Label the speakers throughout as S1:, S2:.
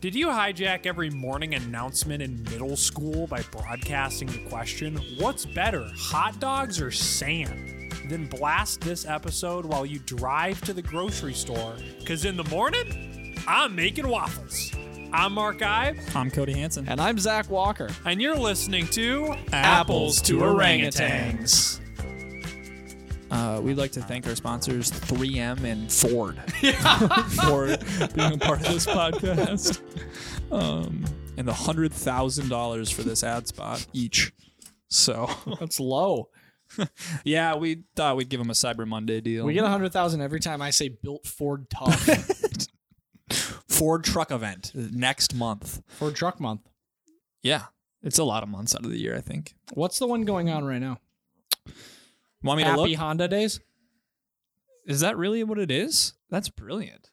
S1: Did you hijack every morning announcement in middle school by broadcasting the question, What's better, hot dogs or sand? Then blast this episode while you drive to the grocery store, because in the morning, I'm making waffles. I'm Mark Ibe,
S2: I'm Cody Hansen.
S3: And I'm Zach Walker.
S1: and you're listening to
S3: Apples to Orangutans. Uh, we'd like to thank our sponsors, 3M and Ford,
S2: for being a part of this podcast. Um, and the hundred thousand dollars for this ad spot each. So
S3: That's low.
S2: yeah, we thought we'd give them a Cyber Monday deal.
S3: We get a hundred thousand every time I say built Ford tough
S2: Ford truck event next month.
S3: Ford Truck Month.
S2: Yeah, it's a lot of months out of the year, I think.
S3: What's the one going on right now?
S2: Want me to
S3: Happy
S2: look?
S3: Honda Days.
S2: Is that really what it is? That's brilliant.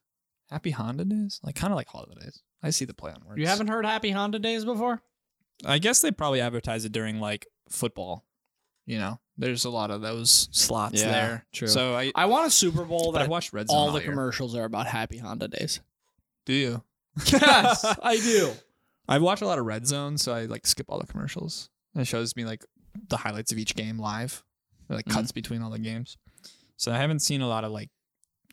S2: Happy Honda Days, like kind of like holidays. I see the play on words.
S3: You haven't heard Happy Honda Days before?
S2: I guess they probably advertise it during like football. You know, there's a lot of those slots
S3: Yeah,
S2: there.
S3: true.
S2: So I,
S3: I want a Super Bowl
S2: but I've
S3: that
S2: watched Red Zone
S3: all the
S2: year.
S3: commercials are about Happy Honda Days.
S2: Do you?
S3: Yes, I do.
S2: I've watched a lot of Red Zone, so I like skip all the commercials. And it shows me like the highlights of each game live. It, like cuts between all the games. Mm-hmm. So I haven't seen a lot of like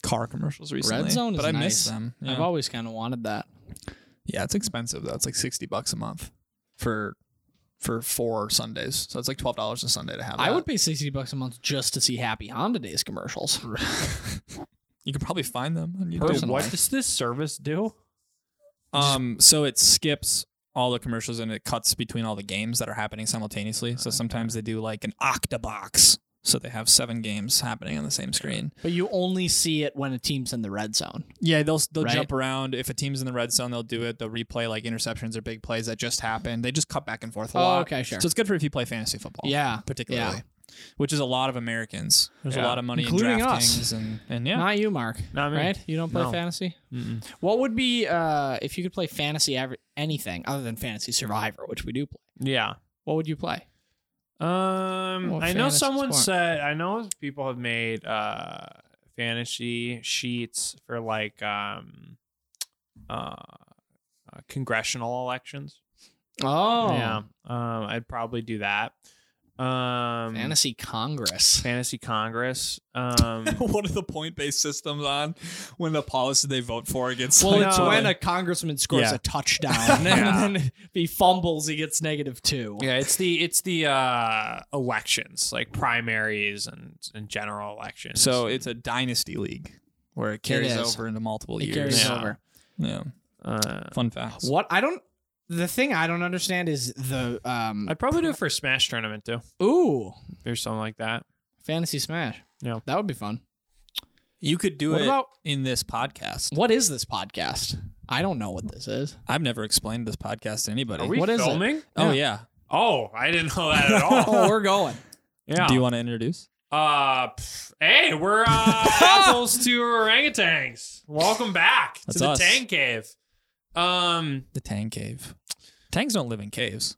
S2: car commercials recently.
S3: Zone is
S2: but I miss
S3: nice.
S2: them.
S3: I've
S2: Yeah.
S3: always kind of wanted that.
S2: yeah, it's expensive though. It's like sixty bucks a month for for four Sundays. So it's like twelve dollars a Sunday to have.
S3: I
S2: that.
S3: would pay sixty bucks a month just to see Happy Honda Days commercials.
S2: you could probably find them on YouTube.
S3: Personal.
S1: What does this service do?
S2: Um, so it skips all the commercials and it cuts between all the games that are happening simultaneously. So sometimes they do like an octabox. So they have seven games happening on the same screen.
S3: But you only see it when a team's in the red zone.
S2: Yeah, they'll they'll
S3: Right.
S2: jump around. If a team's in the red zone, they'll do it. They'll replay like interceptions or big plays that just happened. They just cut back and forth a
S3: Oh,
S2: lot.
S3: okay, sure.
S2: So it's good for if you play fantasy football.
S3: Yeah,
S2: particularly,
S3: yeah.
S2: which is a lot of Americans. There's
S1: Yeah.
S2: a lot of money
S3: Including
S2: in
S3: us.
S2: DraftKings and and yeah.
S3: Not you, Mark.
S1: Not me.
S3: Right? You don't play
S1: No.
S3: fantasy. What would be uh, if you could play fantasy aver- anything other than Fantasy Survivor, which we do play?
S1: Yeah.
S3: What would you play?
S1: Um,
S3: Well,
S1: I know
S3: fantasy
S1: someone
S3: sport.
S1: said. I know people have made uh fantasy sheets for like um uh, uh congressional elections.
S3: Oh,
S1: Yeah. Um, I'd probably do that. Um,
S3: Fantasy Congress.
S1: fantasy Congress. Um,
S2: What are the point based systems on when the policy they vote for gets
S3: Well,
S1: like
S3: it's
S1: no.
S3: when a congressman scores
S2: Yeah.
S3: a touchdown,
S1: Yeah.
S3: and then if he fumbles, he gets negative two.
S1: yeah, it's the it's the uh elections like primaries and and general elections.
S2: So it's a dynasty league where it carries
S3: is.
S2: over into multiple
S3: It
S2: years.
S3: carries
S1: Yeah.
S3: over.
S2: Yeah.
S1: uh,
S2: Fun facts.
S3: What I don't, the thing I don't understand is the um.
S1: I'd probably do it for a Smash tournament too,
S3: Ooh,
S1: or something like that.
S3: Fantasy Smash.
S1: Yeah.
S3: that would be fun.
S2: You could do
S3: What
S2: it
S3: about-
S2: in this podcast.
S3: What is this podcast? I don't know what this is.
S2: I've never explained this podcast to anybody.
S1: Are we
S3: What is it?
S1: filming?
S2: oh yeah.
S1: Oh, I didn't know that at all.
S3: Oh, we're going.
S1: yeah.
S2: Do you want to introduce?
S1: Uh, pff, hey, we're uh, apples to orangutans. Welcome back
S2: That's
S1: to the
S2: us.
S1: Tang Cave. Um,
S2: The Tang Cave. Tangs don't live in caves.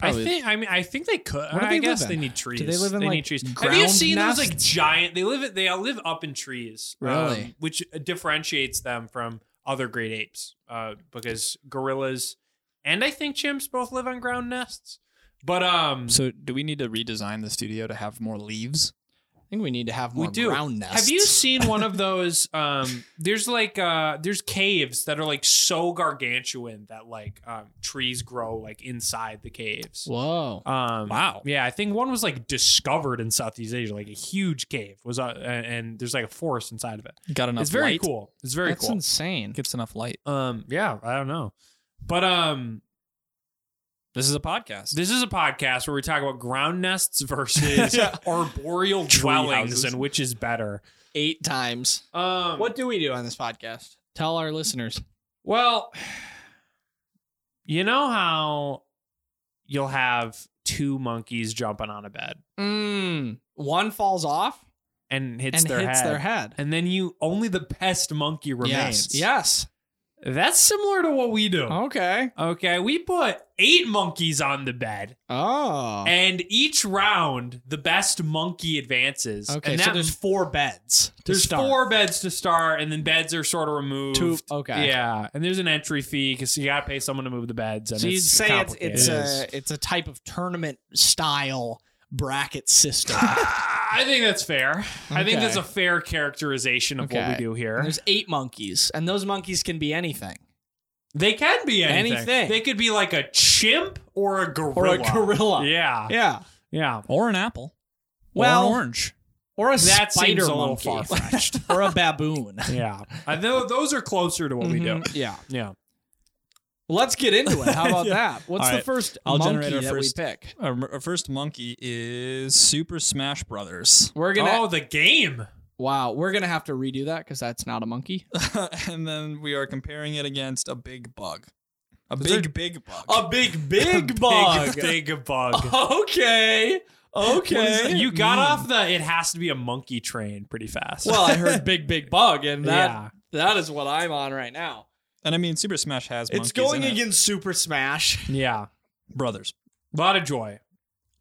S1: I
S3: Probably-
S1: think I mean I think they could.
S3: Where do
S1: I
S3: they
S1: guess
S3: live
S1: they
S3: in?
S1: need trees.
S3: they live in,
S1: they
S3: like,
S1: need trees. Have
S3: ground
S1: you seen those like
S3: nests?
S1: giant? They live. They all live up in trees. um,
S3: Really?
S1: which differentiates them from other great apes. Uh, because gorillas and I think chimps both live on ground nests. But um,
S2: So do we need to redesign the studio to have more leaves?
S3: I think we need to have
S1: We
S3: more
S1: do.
S3: ground nests.
S1: Have you seen one of those? Um, there's like uh, there's caves that are like so gargantuan that like um, trees grow like inside the caves.
S3: Whoa.
S1: Um,
S2: Wow.
S1: Yeah, I think one was like discovered in Southeast Asia, like a huge cave was, uh, and and there's like a forest inside of it.
S2: Got enough
S1: it's very
S2: light?
S1: cool. It's very
S3: That's
S1: cool.
S3: insane.
S2: Gets enough light.
S1: um, yeah, I don't know, but um,
S2: This is a podcast.
S1: This is a podcast where we talk about ground nests versus
S2: Yeah.
S1: arboreal
S2: Tree
S1: dwellings
S2: houses.
S1: and which is better.
S3: Eight times.
S1: Um,
S3: What do we do on this podcast? Tell our listeners.
S1: Well, you know how you'll have two monkeys jumping on a bed
S3: Mm, one falls off
S1: and hits,
S3: and
S1: their,
S3: hits
S1: head,
S3: their head.
S1: and then you only the best monkey remains.
S3: Yes. Yes.
S1: That's similar to what we do.
S3: Okay.
S1: Okay, we put eight monkeys on the bed,
S3: Oh.
S1: and each round the best monkey advances.
S3: Okay,
S1: and
S3: so
S1: that-
S3: there's four beds. To
S1: there's
S3: start.
S1: four beds to start, and then beds are sort of removed.
S3: Two. Okay.
S1: Yeah, and there's an entry fee because you gotta pay someone to move the beds. And
S3: So you'd
S1: it's
S3: say it's
S1: complicated.
S3: it's
S2: It
S3: a it's a type of tournament style bracket system.
S1: Ah, I think that's fair. I think that's
S3: Okay.
S1: a fair characterization of what
S3: Okay.
S1: we do here.
S3: There's eight monkeys, and those monkeys can be anything.
S1: They can be anything.
S3: Anything.
S1: They could be like a chimp or a gorilla.
S3: Or a gorilla.
S1: Yeah.
S3: Yeah.
S1: Yeah.
S2: Or an apple. or
S3: Well-
S2: an orange.
S3: Or a
S1: That seems
S3: spider
S1: a little
S3: monkey.
S1: far-fetched.
S3: or a baboon.
S1: Yeah. I know those are closer to what we do.
S2: Mm-hmm.
S3: Mhm, Yeah.
S1: Yeah.
S3: Let's get into it. How about that? What's
S2: All
S3: the
S2: right.
S3: first
S2: I'll
S3: monkey
S2: generate our
S3: that
S2: first-
S3: we pick?
S2: Our, our first monkey is Super Smash Brothers.
S3: We're gonna
S1: Oh, the game.
S3: wow. We're gonna have to redo that because that's not a monkey.
S2: and then we are comparing it against a big bug. A
S1: Those are-
S2: big, big bug.
S3: big
S1: Big, Big bug.
S3: okay. Okay. Hmm.
S1: You got off the it has to be a monkey train pretty fast.
S3: well, I heard big big bug, and that
S1: yeah.
S3: that is what I'm on right now.
S2: and I mean, Super Smash has monkeys
S3: it's going
S2: in it.
S3: against Super Smash
S1: Yeah.
S2: Brothers.
S1: A lot of joy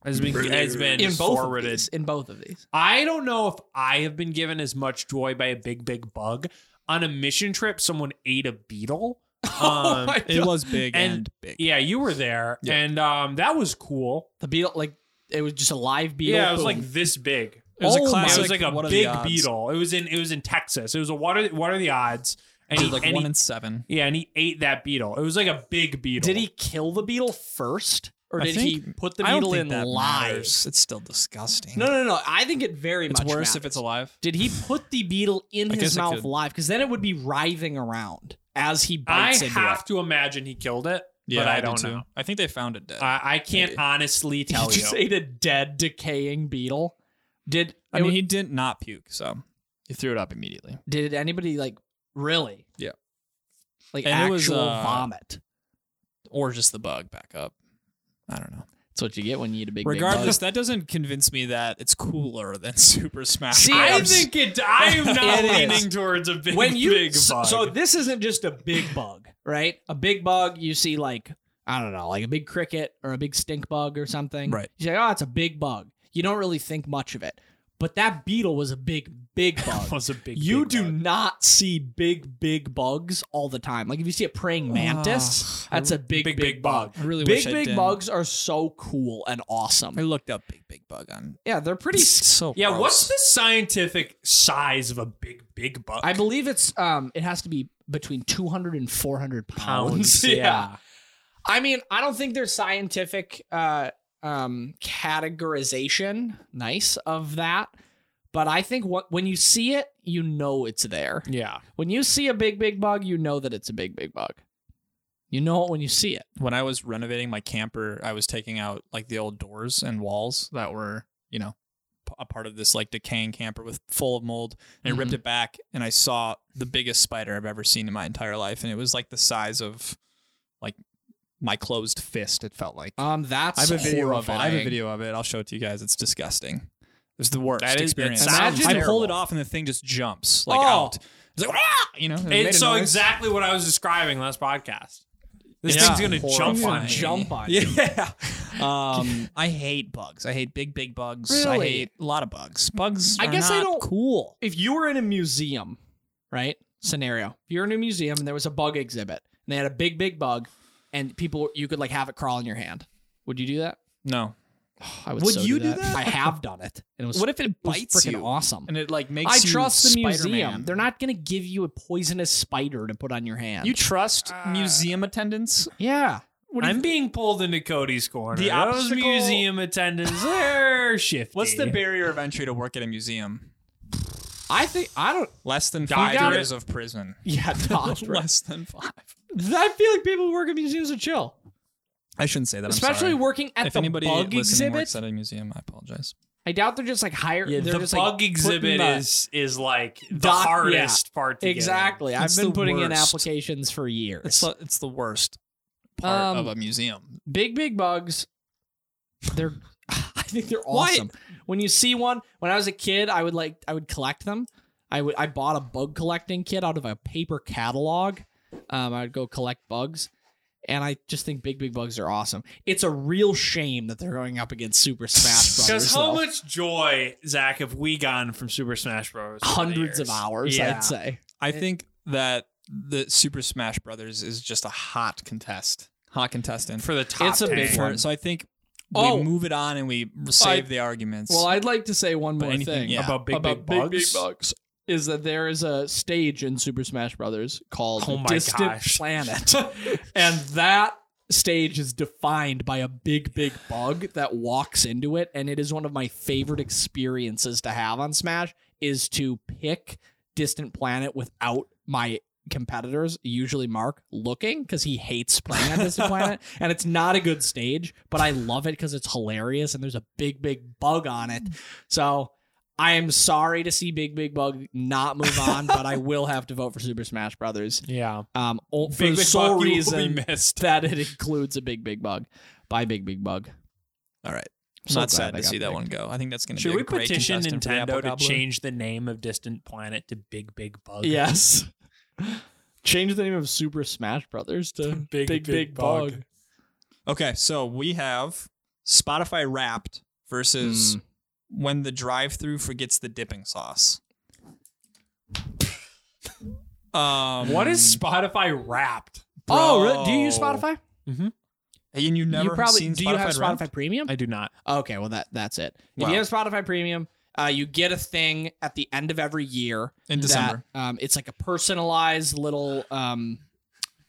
S1: has been has been
S3: in both of
S1: forwarded.
S3: these. In both of these.
S1: I don't know if I have been given as much joy by a big, big bug. On a mission trip, someone ate a beetle. Um,
S3: my
S2: It was big
S1: And-
S2: and, big.
S1: yeah, you were there,
S2: Yeah.
S1: and um, that was cool.
S3: The beetle, like it was just a live beetle.
S1: yeah, it was
S3: boom.
S1: like this big.
S2: It was
S3: Oh
S2: a
S3: my-
S1: it
S2: classic.
S1: was like
S2: what
S1: a
S2: are
S1: big
S2: the odds?
S1: beetle. It was in it was in Texas. It was a what are what are the odds? And
S2: It
S1: he,
S2: was like
S1: and
S2: one
S1: he-
S2: in seven.
S1: yeah, and he ate that beetle. It was like a big beetle.
S3: Did he kill the beetle first, or
S2: I
S3: did
S2: think-
S3: he put the
S2: I don't
S3: beetle
S2: think
S3: in
S2: that
S3: live?
S2: matters. It's still disgusting.
S3: No, no, no. I think it very
S2: it's
S3: much
S2: worse
S3: matters.
S2: if it's alive.
S3: Did he put the beetle in
S2: I
S3: his
S2: guess it
S3: mouth
S2: could.
S3: live? Because then it would be writhing around as he
S1: I
S3: bites into
S1: have to imagine he killed it, but I,
S2: do
S1: don't
S2: too.
S1: know.
S2: I think they found it dead.
S1: I, I can't
S2: Maybe.
S1: honestly
S3: it.
S1: tell
S3: he
S1: you.
S3: just ate a dead, decaying beetle. Did
S2: I mean, he did not puke, so he threw it up immediately.
S3: did anybody like really?
S2: Yeah.
S3: like
S2: And
S3: actual
S2: it was, uh,
S3: vomit.
S2: Or just the bug back up. I don't know.
S3: That's what you get when you eat a big.
S2: Regardless, that doesn't convince me that it's cooler than Super Smash.
S3: See,
S2: Bros.
S1: I
S3: I'm-
S1: think it. I am not
S3: It is.
S1: leaning towards a big,
S3: when you
S1: big
S3: so,
S1: bug.
S3: so this isn't just a big bug, right? A big bug you see like I don't know, like a big cricket or a big stink bug or something.
S2: Right.
S3: You say, oh, it's a big bug. You don't really think much of it, but that beetle was a big, big bug.
S1: was a big.
S3: you
S1: big
S3: do
S1: bug.
S3: not see big, big bugs all the time. Like if you see a praying mantis,
S2: Ugh.
S3: that's a big, big,
S1: big, big
S3: bug.
S2: I really
S3: Big,
S2: wish I
S3: big
S2: didn't.
S3: bugs are so cool and awesome.
S2: I looked up big big bug on.
S3: Yeah, they're pretty.
S2: It's
S3: s-
S2: so
S1: Yeah, what's
S2: gross.
S1: the scientific size of a big, big bug?
S3: I believe it's um, it has to be between 200 and 400 pounds. I mean, I don't think there's scientific uh, um, categorization, nice, of that. But I think what, when you see it, you know it's there.
S1: Yeah.
S3: When you see a big, big bug, you know that it's a big, big bug. You know it when you see it.
S2: when I was renovating my camper, I was taking out like the old doors and walls that were, you know, p- a part of this like decaying camper with full of mold. And I
S1: Mm-hmm.
S2: ripped it back and I saw the biggest spider I've ever seen in my entire life. And it was like the size of like my closed fist, it felt like.
S3: Um, that's
S2: I have a video of it.
S3: horrifying.
S2: I have a video of it. I'll show it to you guys. It's disgusting. It's the worst
S1: That is- that
S2: experience.
S1: sounds
S2: I pulled it
S1: terrible.
S2: off and the thing just jumps like
S3: Oh.
S2: out. It's like, "Ah!" you know, it made
S1: It's
S2: a
S1: so
S2: noise.
S1: exactly what I was describing last podcast. This
S2: Yeah.
S1: thing's gonna jump on
S3: Horrifying.
S1: me.
S3: Jump on you.
S2: Yeah. Um, I hate bugs. I hate big, big bugs. I
S3: Really?
S2: hate a lot of bugs. Bugs.
S3: I
S2: are
S3: guess I
S2: not
S3: don't-
S2: Cool.
S3: If you were in a museum, right? Scenario. If you're in a museum and there was a bug exhibit and they had a big, big bug and people, you could like have it crawl in your hand. Would you do that?
S2: No.
S3: I would,
S2: Would
S3: so
S2: you do that?
S3: I have done it. And it was
S2: What if it
S3: it was
S2: bites
S3: freaking
S2: you
S3: awesome.
S2: and it like makes
S3: I
S2: you
S3: trust the museum.
S2: Spider-Man?
S3: They're not going to give you a poisonous spider to put on your hand.
S2: You trust
S1: Uh,
S2: museum attendants?
S3: yeah.
S1: I'm being pulled into Cody's corner.
S2: The
S1: Those
S2: obstacle-
S1: museum attendants are shifty.
S2: What's the barrier of entry to work at a museum?
S3: I think I don't.
S2: Less than
S1: Doctor-
S2: five years of prison.
S3: Yeah, doctor.
S2: Less than five.
S3: I feel like people who work at museums are chill,
S2: I shouldn't say that. I'm
S3: especially
S2: sorry.
S3: working at
S2: if
S3: the
S2: anybody
S3: bug
S2: listening
S3: exhibit.
S2: works at a museum, I apologize.
S3: I doubt they're just like hire.
S1: Yeah,
S3: they're
S1: the
S3: just, like,
S1: bug
S3: putting
S1: exhibit
S3: the-
S1: is is like the
S3: Doc-
S1: hardest part to get in.
S3: exactly. I've
S2: It's
S3: been
S2: the
S3: putting in
S2: worst.
S3: applications for years.
S2: It's the, it's the worst part
S3: Um,
S2: of a museum.
S3: big big bugs they're i think they're
S2: Why-
S3: awesome when you see one when i was a kid i would like i would collect them i would i bought a bug collecting kit out of a paper catalog Um, I'd go collect bugs. And I just think big, big bugs are awesome. It's a real shame that they're going up against Super Smash Bros.
S1: Because how
S3: though.
S1: much joy, Zach, have we gotten from Super Smash Bros? over the
S3: Hundreds of
S1: years?
S3: hours,
S1: Yeah.
S3: I'd say.
S2: I think that the Super Smash Brothers is just a hot contest, hot contestant.
S1: for the top.
S3: It's a
S1: ten.
S3: big
S2: For- so I think
S3: Oh.
S2: we move it on and we save the arguments.
S3: Well, I'd like to say one
S2: But
S3: more
S2: anything-
S3: thing
S2: yeah.
S1: about big big,
S3: about big, big
S1: bugs.
S3: bugs is that there is a stage in Super Smash Brothers called
S1: Oh my
S3: Distant
S1: gosh.
S3: Planet, and that stage is defined by a big, big bug that walks into it, and it is one of my favorite experiences to have on Smash is to pick Distant Planet without my competitors usually mark looking because he hates playing on distant planet and it's not a good stage but i love it because it's hilarious and there's a big big bug on it so I am sorry to see Big Big Bug not move on, but I will have to vote for Super Smash Brothers.
S1: Yeah,
S3: Um, o- for
S1: big
S3: the
S1: big
S3: sole
S1: buck, you will
S3: reason
S1: be missed.
S3: that it includes a Big Big Bug by Big Big Bug.
S2: all right.
S3: So
S2: not
S3: glad
S2: sad
S3: I
S2: to
S3: got
S2: see that
S3: picked.
S2: one go. I think that's going to
S1: Should
S2: be a
S1: we
S2: great
S1: petition
S2: contestant for the Apple
S1: Nintendo to
S2: Gobbler.
S1: change the name of Distant Planet to Big Big Bug?
S3: Yes. Change the name of Super Smash Brothers to Big Big, Bug.
S2: Okay, so we have Spotify Wrapped versus
S3: Hmm.
S2: when the drive-through forgets the dipping sauce. Um,
S1: What is Spotify Wrapped?
S3: Oh, really? do you use
S2: Bro.
S3: Spotify?
S2: And you've never
S3: you probably
S2: seen
S3: do. You have
S2: Spotify
S3: Spotify
S2: Wrapped?
S3: Premium?
S1: I do not.
S3: Okay, well that that's it. If
S2: Wow.
S3: you have Spotify Premium, uh, you get a thing at the end of every year
S2: in December.
S3: That, um, it's like a personalized little, um,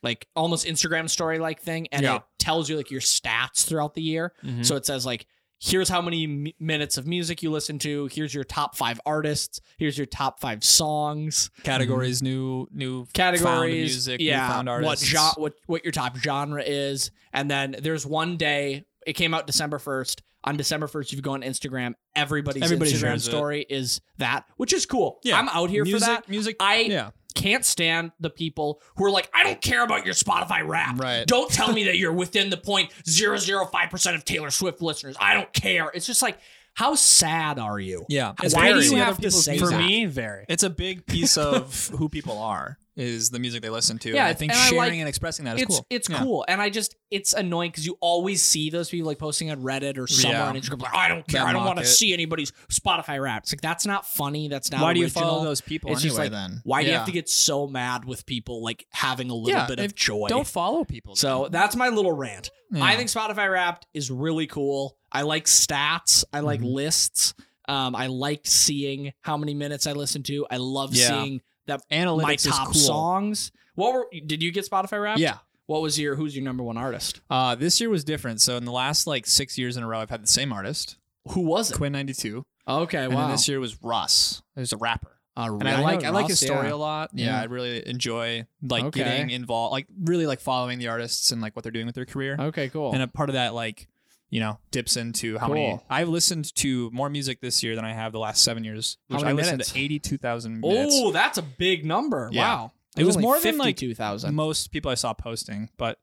S3: like almost Instagram story like thing, and
S1: Yeah.
S3: it tells you like your stats throughout the year. So it says like, here's how many m- minutes of music you listen to. Here's your top five artists. Here's your top five songs
S2: Categories, new, new found
S3: categories,
S2: music,
S3: yeah,
S2: new found artists.
S3: what genre, what what your top genre is, and then there's one day it came out December first. On December first, if you go on Instagram, everybody's
S2: Everybody
S3: Instagram
S2: shares it.
S3: story is that, which is cool.
S2: Yeah.
S3: I'm out here
S2: music,
S3: for that.
S2: music.
S3: I
S2: yeah,
S3: can't stand the people who are like, I don't care about your Spotify rap.
S2: Right.
S3: Don't tell me that you're within the point zero zero five percent of Taylor Swift listeners. I don't care. It's just like, how sad are you?
S2: yeah.
S3: It's Why do
S2: very-
S3: you
S2: the
S3: have
S2: other
S3: to
S2: people's
S3: say
S2: music-
S1: For
S3: that?
S1: me, very.
S2: It's a big piece of who people are is the music they listen to.
S3: Yeah,
S2: and I think
S3: and I
S2: sharing
S3: like-
S2: and expressing that is
S3: it's
S2: cool.
S3: it's
S2: Yeah.
S3: cool, and I just it's annoying because you always see those people like posting on Reddit or somewhere
S2: Yeah.
S3: on Instagram like I don't care,
S2: That
S3: I don't want to
S2: mock it.
S3: see anybody's Spotify rap. It's like that's not funny. That's not.
S2: Why do you
S3: original.
S2: follow those people
S3: It's just
S2: anyway?
S3: like,
S2: then
S3: Why do you have
S2: Yeah.
S3: to get so mad with people like having a little
S2: Yeah,
S3: bit of
S2: if-
S3: joy?
S2: Don't follow people.
S3: so that's my little rant.
S2: Yeah.
S3: I think Spotify Wrapped is really cool. I like stats. I
S2: Mm-hmm.
S3: like lists. Um, I liked seeing how many minutes I listened to. I love
S2: Yeah.
S3: seeing that
S2: analytics
S3: my
S2: is
S3: top
S2: cool.
S3: songs. What were did you get Spotify Wrapped?
S2: Yeah.
S3: What was your who's your number one artist?
S2: Uh, this year was different. So in the last like six years in a row, I've had the same artist,
S3: Who was it?
S2: Quinn ninety two,
S3: Okay,
S2: and
S3: Oh, wow.
S2: then this year was Russ, who's a rapper. And I,
S3: know
S2: like I like
S3: Ross,
S2: his story
S3: yeah.
S2: a lot. Yeah,
S3: Yeah.
S2: I really enjoy like
S3: Okay.
S2: getting involved, like really like following the artists and like what they're doing with their career.
S3: Okay, Oh, cool.
S2: And a part of that, like, you know, dips into how many
S3: Cool.
S2: I've listened to more music this year than I have the last seven years.
S3: How
S2: Which
S3: many
S2: I listened
S3: minutes?
S2: to eighty-two thousand minutes.
S3: oh, that's a big number.
S2: Yeah.
S3: Wow.
S2: It was more than, like,
S3: two thousand.
S2: Most people I saw posting, but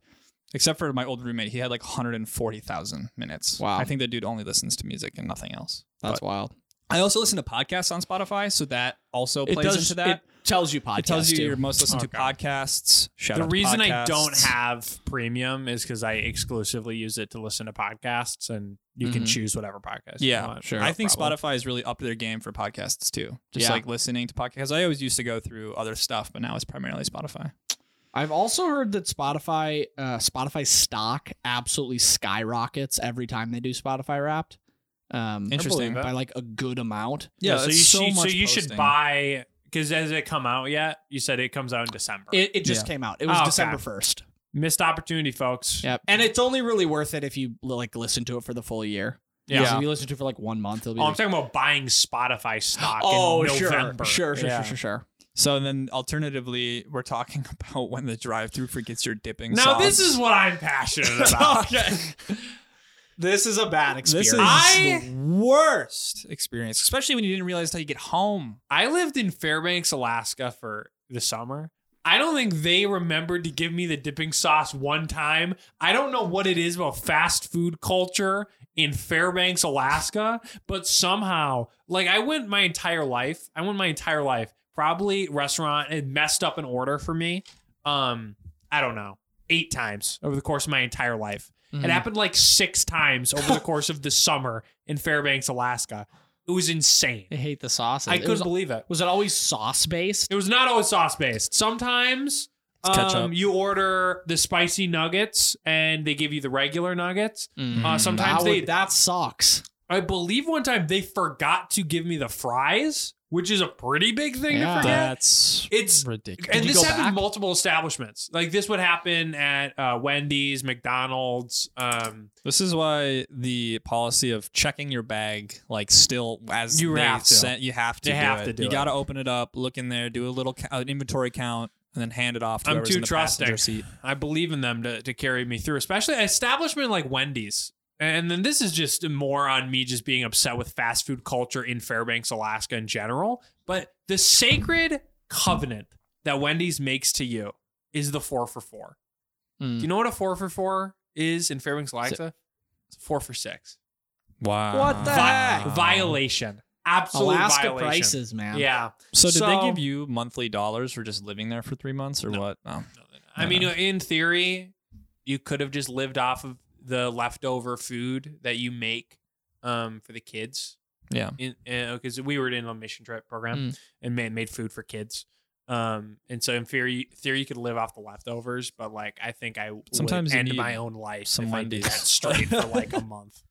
S2: except for my old roommate, he had like one hundred and forty thousand minutes.
S3: Wow.
S2: I think the dude only listens to music and nothing else.
S3: That's
S2: But
S3: wild.
S2: I also listen to podcasts on Spotify, so that also plays into that.
S3: It tells you podcast.
S2: It tells you
S3: too.
S2: your most listened
S1: Oh,
S2: to podcasts. Shout
S1: the
S2: out to
S1: reason I
S2: podcasts.
S1: don't have premium is because I exclusively use it to listen to podcasts, and you can
S3: Mhm.
S1: choose whatever podcast. you
S2: Yeah,
S1: want.
S3: sure.
S2: I think
S1: problem.
S2: Spotify is really up their game for podcasts too. Just
S3: Yeah.
S2: like listening to podcasts. I always used to go through other stuff, but now it's primarily Spotify.
S3: I've also heard that Spotify uh Spotify stock absolutely skyrockets every time they do Spotify wrapped. Um
S2: Interesting.
S1: it.
S3: by like a good amount.
S1: Yeah, so you,
S2: it's
S1: should, so
S2: much
S1: you should
S2: posting.
S1: buy because has it come out yet? You said it comes out in December.
S3: It, it
S2: Yeah.
S3: just came out. It was
S1: Oh, okay.
S3: December first.
S1: Missed opportunity, folks.
S3: Yep. And it's only really worth it if you like listen to it for the full year.
S1: Yeah.
S3: 'Cause If you listen to it for like one month, it'll be
S1: Oh, I'm
S3: like,
S1: talking about buying Spotify stock.
S3: oh
S1: in
S3: sure,
S1: November.
S3: sure, sure,
S1: Yeah.
S3: sure, sure, sure.
S2: So then, alternatively, we're talking about when the drive-through forgets your dipping.
S1: Now
S2: sauce.
S1: this is what I'm passionate about.
S3: This is a bad
S2: this
S3: experience.
S2: is
S1: I-
S2: the worst experience, especially when you didn't realize until you get home.
S1: I lived in Fairbanks, Alaska for the summer. I don't think they remembered to give me the dipping sauce one time. I don't know what it is about fast food culture in Fairbanks, Alaska, but somehow, like I went my entire life, I went my entire life, probably restaurant and messed up an order for me. um, I don't know, eight times over the course of my entire life.
S3: Mm-hmm. Hmm.
S1: It happened like six times over the course of the summer in Fairbanks, Alaska. It was insane.
S3: I hate the sauce.
S1: I
S3: It
S1: couldn't
S3: was,
S1: believe it.
S3: was it always sauce based?
S1: It was not always sauce based. Sometimes
S2: It's ketchup.
S1: um, you order the spicy nuggets and they give you the regular nuggets.
S2: Mm-hmm.
S1: Uh, sometimes
S3: That,
S1: they,
S3: would- that sucks.
S1: I believe one time they forgot to give me the fries, which is a pretty big thing
S3: Yeah.
S1: to forget.
S2: That's
S1: It's
S2: ridiculous.
S1: and
S3: you
S1: this
S3: go
S1: happened
S3: back?
S1: in multiple establishments. Like this would happen at uh, Wendy's, McDonald's. Um,
S2: This is why the policy of checking your bag, like still as
S1: You
S2: they
S1: have to.
S2: sent- you have to.
S1: They
S2: do
S1: have
S2: it.
S1: to do
S2: You
S1: it.
S2: got to open it up, look in there, do a little ca- an inventory count, and then hand it off. to
S1: I'm
S2: whoever's
S1: too
S2: in the
S1: trusting.
S2: passenger seat.
S1: I believe in them to, to carry me through, especially an establishment like Wendy's. And then this is just more on me just being upset with fast food culture in Fairbanks, Alaska in general. But the sacred covenant that Wendy's makes to you is the four for four.
S3: Hmm.
S1: Do you know what a four for four is in Fairbanks, Alaska? It's four for six.
S2: Wow.
S3: What
S1: Vi-
S3: the heck?
S2: Ah.
S1: Violation. Absolute
S3: Alaska
S1: violation.
S3: prices, man.
S1: Yeah.
S2: So did
S1: So-
S2: they give you monthly dollars for just living there for three months or what? Um, No.
S1: I
S2: No,
S1: mean,
S2: no.
S1: in theory, you could have just lived off of the leftover food that you make um, for the kids.
S2: Yeah. Mm.
S1: Because we were in a mission trip program and made, made food for kids. Um, and so in theory, theory you could live off the leftovers, but like I think I
S2: Sometimes
S1: would
S2: you
S1: end
S2: need
S1: my own life
S2: some
S1: if I did
S2: Wendy's.
S1: that straight for like a month.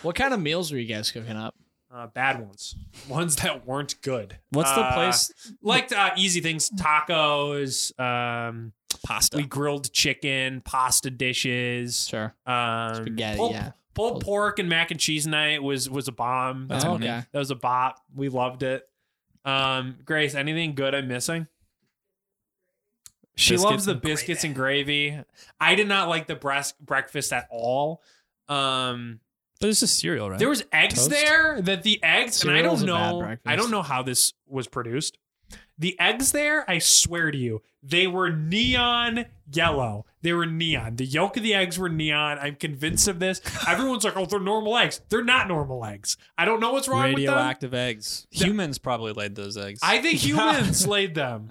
S3: What kind of meals were you guys cooking up?
S1: Uh, bad ones, ones that weren't good.
S2: What's the
S1: Uh,
S2: place?
S1: Like uh, easy things, tacos. Um,
S2: Pasta.
S1: we grilled chicken, pasta dishes,
S3: Sure.
S1: um,
S3: Spaghetti,
S1: pulled,
S3: yeah.
S1: pulled pork and mac and cheese night was was a bomb.
S2: That's
S1: that,
S2: one.
S3: Oh, okay.
S1: that was a bop. We loved it. Um, Grace, anything good I'm missing? She
S2: Biscuits
S1: loves the
S2: and
S1: biscuits and gravy. I did not like the breast breakfast at all. Um,
S2: There's just cereal, right?
S1: there was eggs
S2: Toast?
S1: there that the eggs and I
S3: Cereal's
S1: don't
S3: a bad
S1: know
S3: breakfast.
S1: I don't know how this was produced. The eggs there, I swear to you, they were neon yellow. They were neon. The yolk of the eggs were neon. I'm convinced of this. Everyone's like, "Oh, they're normal eggs." They're not normal eggs. I don't know what's wrong with them.
S2: radioactive eggs. Humans probably laid those eggs.
S1: I think humans laid them.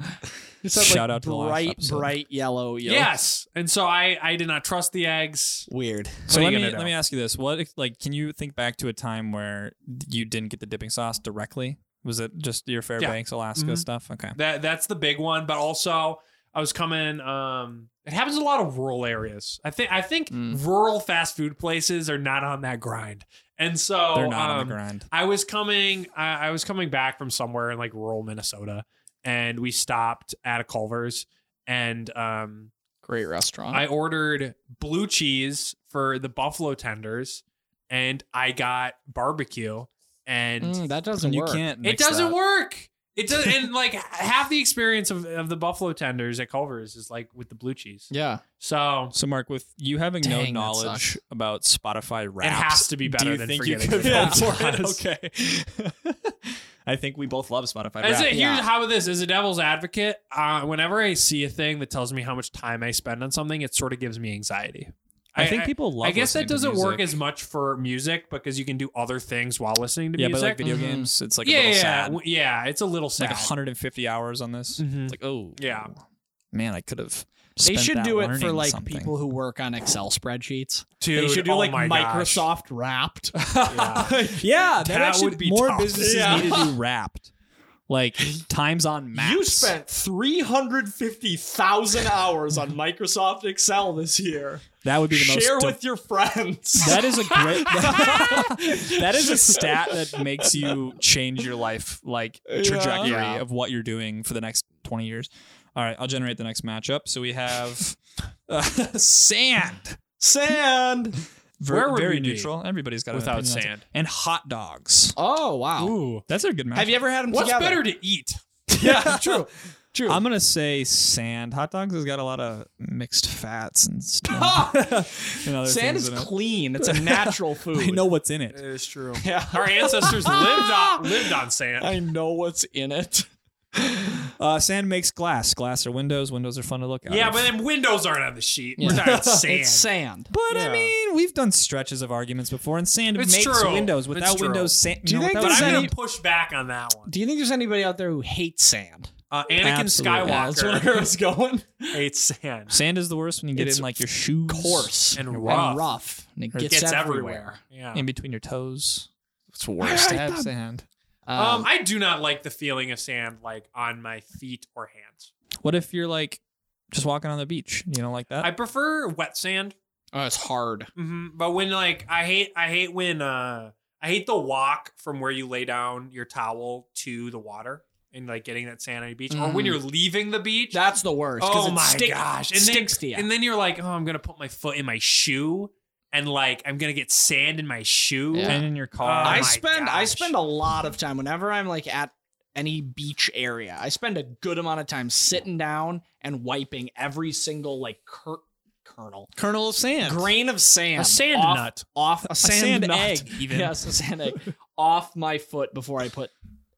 S2: Shout out to the last
S3: bright,
S2: episode.
S3: bright yellow. yolk.
S1: Yes. And so I I did not trust the eggs.
S3: Weird.
S2: So
S1: What are
S2: let
S1: you
S2: me
S1: gonna
S2: let
S1: do?
S2: me ask you this: What if- like can you think back to a time where you didn't get the dipping sauce directly? Was it just your Fairbanks, Alaska
S1: Mhm.
S2: stuff? Okay,
S1: That that's the big one. But also, I was coming. Um, it happens in a lot of rural areas. I think I think
S2: Hmm.
S3: Mm.
S1: rural fast food places are not on that grind, and so
S2: they're not on
S1: um,
S2: the grind.
S1: I was coming. I, I was coming back from somewhere in like rural Minnesota, and we stopped at a Culver's, and um,
S3: Great restaurant.
S1: I ordered blue cheese for the buffalo tenders, and I got barbecue, and
S3: Mm, that doesn't
S2: you
S3: work.
S2: can't.
S1: it
S2: mix
S1: doesn't
S2: that.
S1: work. It does, and like half the experience of, of the buffalo tenders at Culver's is like with the blue cheese.
S3: Yeah.
S1: So
S2: So Mark, with you having
S3: Dang,
S2: no
S3: that
S2: knowledge
S3: sucks.
S2: about Spotify raps,
S1: has to be better
S2: do you
S1: than
S2: think
S1: forgetting
S2: you could
S1: the
S2: vote
S1: full
S2: for it?
S1: class.
S2: Okay. I think we both love Spotify.
S1: as a,
S2: rap.
S1: here's
S3: yeah.
S1: how it is. As a devil's advocate, uh, whenever I see a thing that tells me how much time I spend on something, it sort of gives me anxiety.
S2: I think people love.
S1: I guess that
S2: listening to
S1: doesn't work
S2: music.
S1: as much for music because you can do other things while listening to
S2: yeah,
S1: music. Mm-hmm.
S2: but like video
S3: Mhm.
S2: games, it's like a
S1: yeah,
S2: little
S1: yeah,
S2: sad.
S1: w- yeah. It's a little
S2: It's
S1: sad.
S2: like 150 hours on this.
S1: Mhm.
S2: It's like oh
S1: Yeah.
S2: man, I could have.
S3: They
S2: spent
S3: should
S2: that
S3: do it for
S2: learning
S3: like
S2: something.
S3: people who work on Excel spreadsheets.
S1: Dude,
S3: they should do
S1: oh
S3: like
S1: my gosh.
S3: Microsoft Wrapped.
S1: Yeah.
S2: Yeah,
S1: That would be
S2: more
S1: tough.
S2: businesses
S1: Yeah.
S2: need to do wrapped, like times on maps.
S3: three hundred fifty thousand hours on Microsoft Excel this year.
S2: that would be the most. de-
S3: your friends.
S2: that is a great. that is a stat that makes you change your life, like trajectory
S3: Yeah.
S2: of what you're doing for the next twenty years. All right, I'll generate the next matchup. So we have uh, sand.
S3: Sand.
S2: Ver-
S1: Where would
S2: very
S1: we be
S2: neutral. Everybody's got an
S1: without
S2: opinion on
S1: sand?
S2: and hot dogs.
S3: Oh wow.
S1: Ooh.
S2: That's a good matchup.
S3: Have you ever had them
S1: What's
S3: together?
S1: better to eat?
S3: Yeah, true. True.
S2: I'm gonna say sand. Hot dogs has got a lot of mixed fats and stuff. and other
S3: Sand
S2: things
S3: is
S2: in it.
S3: clean. It's a natural food.
S2: We know what's in it.
S1: It's true.
S3: Yeah.
S1: Our ancestors lived on lived on sand.
S3: I know what's in it.
S2: Uh, sand makes glass. Glass are windows. Windows are fun to look at.
S1: Yeah, but then windows aren't on the sheet. We're talking sand.
S3: It's sand.
S2: But
S1: Yeah.
S2: I mean, we've done stretches of arguments before, and sand
S1: It's
S2: makes
S1: true.
S2: windows.
S1: It's
S2: Without
S1: true.
S2: windows, sand.
S3: Do you
S2: no,
S3: think
S2: without
S1: But
S3: there's
S1: I'm
S2: sand-
S1: gonna push back on that one.
S3: Do you think there's anybody out there who hates sand?
S1: Uh, Anakin
S2: Absolutely.
S1: Skywalker
S2: Yeah,
S3: that's where I was going.
S1: ate sand
S2: Sand is the worst when you get
S3: It's
S2: it in like your shoes,
S3: Coarse
S1: and
S3: and
S1: rough.
S3: rough, and it
S2: It
S3: gets,
S1: Gets
S3: everywhere.
S1: everywhere. Yeah.
S2: in between your toes.
S4: It's worst.
S2: Have sand.
S1: Um, I do not like the feeling of sand like on my feet or hands.
S2: What if you're like just walking on the beach? You don't like
S3: Uh,
S2: that?
S1: I prefer wet sand,
S3: oh, it's hard.
S1: hmm but when like I hate I hate when uh I hate the walk from where you lay down your towel to the water and like getting that sand on your beach, or when
S3: Mhm.
S1: you're leaving the beach.
S3: That's the worst.
S1: oh
S3: 'cause it
S1: my
S3: stick-
S1: gosh! And then,
S3: sticks to you.
S1: and then you're like, oh, I'm gonna put my foot in my shoe, and like I'm gonna get sand in my shoe.
S3: Yeah.
S2: and in your car.
S1: Oh
S3: I
S1: my
S3: spend I
S1: gosh.
S3: spend a lot of time whenever I'm like at any beach area. I spend a good amount of time sitting down and wiping every single like cur- kernel,
S2: kernel of sand.
S3: grain of sand,
S1: A sand
S3: off,
S1: nut.
S3: off a sand,
S2: sand
S3: nut,
S2: egg, even.
S3: yes, a sand egg off my foot before I put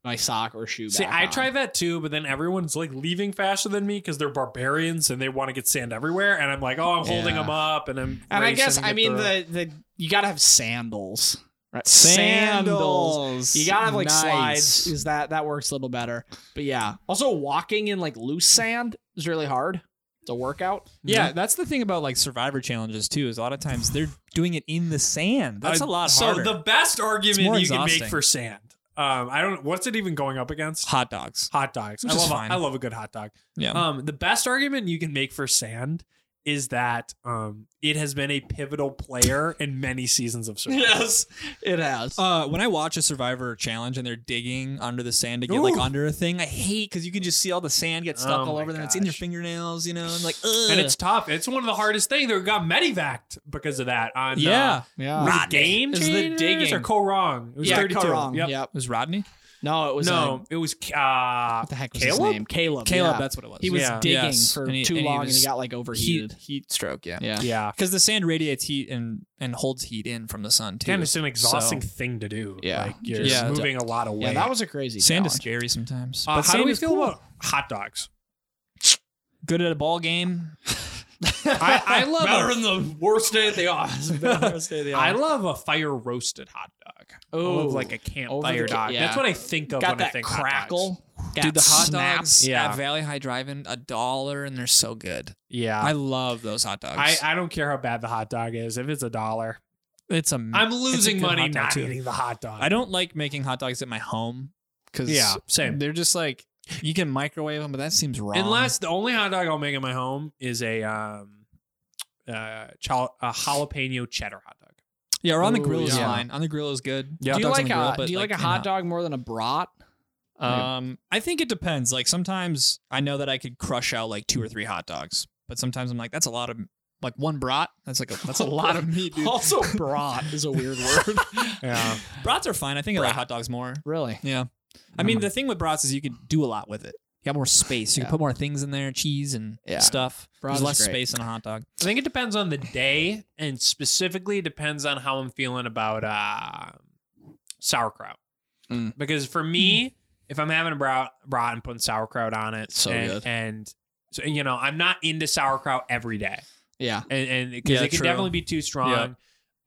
S3: my sock or shoe.
S1: See,
S3: back
S1: I
S3: on.
S1: try that too, but then everyone's like leaving faster than me because they're barbarians and they want to get sand everywhere. And I'm like, oh, I'm holding
S3: Yeah.
S1: them up, and I'm.
S3: And I
S1: racing
S3: guess
S1: to
S3: I
S1: get
S3: mean
S1: through.
S3: the the you gotta have sandals, right?
S2: Sandals.
S3: You gotta have like
S2: Nice.
S3: slides. Is that that works a little better? But yeah. Also, walking in like loose sand is really hard. It's a workout.
S2: Yeah, that's the thing about like survivor challenges too. Is a lot of times they're doing it in the sand. That's a
S1: Uh,
S2: lot
S1: so
S2: harder.
S1: the best argument you
S2: more
S1: can
S2: exhausting.
S1: make for sand, um, I don't. What's it even going up against?
S2: hot dogs.
S1: Hot dogs.
S2: Which
S1: I
S2: is
S1: love.
S2: fine.
S1: A, I love a good hot dog.
S2: Yeah.
S1: Um, the best argument you can make for sand is that um, it has been a pivotal player in many seasons of Survivor.
S3: it has.
S2: Uh, when I watch a Survivor challenge and they're digging under the sand to get like
S1: Ooh.
S2: under a thing, I hate because you can just see all the sand get stuck
S1: Oh
S2: all
S1: my
S2: over there. It's in your
S1: gosh.
S2: fingernails, you know, and like, ugh.
S1: And it's tough. It's one of the hardest things. They got medevaced because of that. On
S2: yeah.
S1: uh,
S3: yeah.
S1: Was it game
S3: Is the
S1: changers
S3: digging.
S1: or co wrong? It was
S3: yeah,
S1: 32.
S3: Karong.
S1: Yep.
S2: was Rodney?
S3: No, it was
S1: no,
S3: uh,
S1: it was uh,
S3: what the heck was his
S1: Caleb?
S3: name? Caleb.
S2: Caleb,
S3: yeah.
S2: that's what it was.
S3: he was
S1: Yeah.
S3: digging
S2: Yes.
S3: for
S2: And he-
S3: too
S2: and he
S3: long and
S2: was-
S3: he got like overheated.
S2: heat stroke, yeah.
S3: yeah.
S1: yeah.
S2: Because the sand radiates heat and, and holds heat in from the sun too.
S1: And it's an exhausting
S2: So-
S1: thing to do.
S3: Yeah.
S1: like you're
S2: Yeah.
S1: moving a lot of weight.
S3: Yeah, that was a crazy
S2: sand is
S3: challenge.
S2: scary sometimes.
S1: Uh,
S2: But
S1: how
S2: sand
S1: do we
S2: is
S1: feel
S2: cool.
S1: about hot dogs?
S2: good at a ball game?
S1: I, I love
S3: Better
S1: a,
S3: than the worst day of the office.
S1: I love a fire roasted hot dog. I
S3: Oh,
S1: love like a
S3: over
S1: campfire
S3: the-
S1: dog.
S3: yeah.
S1: That's what I think of
S3: got
S1: when I
S3: that
S1: think Hot dogs.
S3: crackle. Got
S2: Dude, the hot
S3: snap.
S2: dogs
S1: Yeah.
S2: at Valley High Drive-In, a dollar, and they're so good. I
S1: Yeah,
S2: love those hot dogs.
S1: I, I don't care how bad the hot dog is. If it's a dollar,
S2: it's a
S1: I'm losing
S2: good
S1: money
S2: hot dog,
S1: not
S2: too.
S1: eating the hot dog.
S2: I don't like making hot dogs at my home because
S1: Yeah, same.
S2: They're just like you can microwave them, but that seems wrong.
S1: Unless the only hot dog I'll make in my home is a um uh chal- a jalapeno cheddar hot dog.
S2: yeah, or on the
S3: Ooh,
S2: grill is
S3: yeah.
S2: fine. On the grill is good.
S1: Yeah.
S2: Hot
S3: Do
S2: dogs on
S3: you like
S2: the grill,
S3: a
S2: but,
S3: Do you like a
S2: in
S3: hot dog more than a brat?
S2: Um, I think it depends. Like sometimes I know that I could crush out like two or three hot dogs, but sometimes I'm like that's a lot of like one brat. That's like a, that's a lot of meat, dude.
S3: Also, brat is a weird word.
S1: Yeah.
S2: Brats are fine. I think I like hot dogs more.
S3: really?
S2: Yeah. I mean, the thing with brats is you can do a lot with it. You got more space. You
S3: Yeah.
S2: can put more things in there, cheese and
S3: Yeah.
S2: stuff.
S3: Brat is
S2: There's less
S3: great.
S2: space in a hot dog.
S1: I think it depends on the day and specifically it depends on how I'm feeling about uh, sauerkraut.
S3: Mm.
S1: Because for me, if I'm having a brat, brat and putting sauerkraut on it
S3: So
S1: and,
S3: good.
S1: and so you know, I'm not into sauerkraut every day.
S3: Yeah.
S1: and and because
S2: Yeah,
S1: it can
S2: true.
S1: definitely be too strong.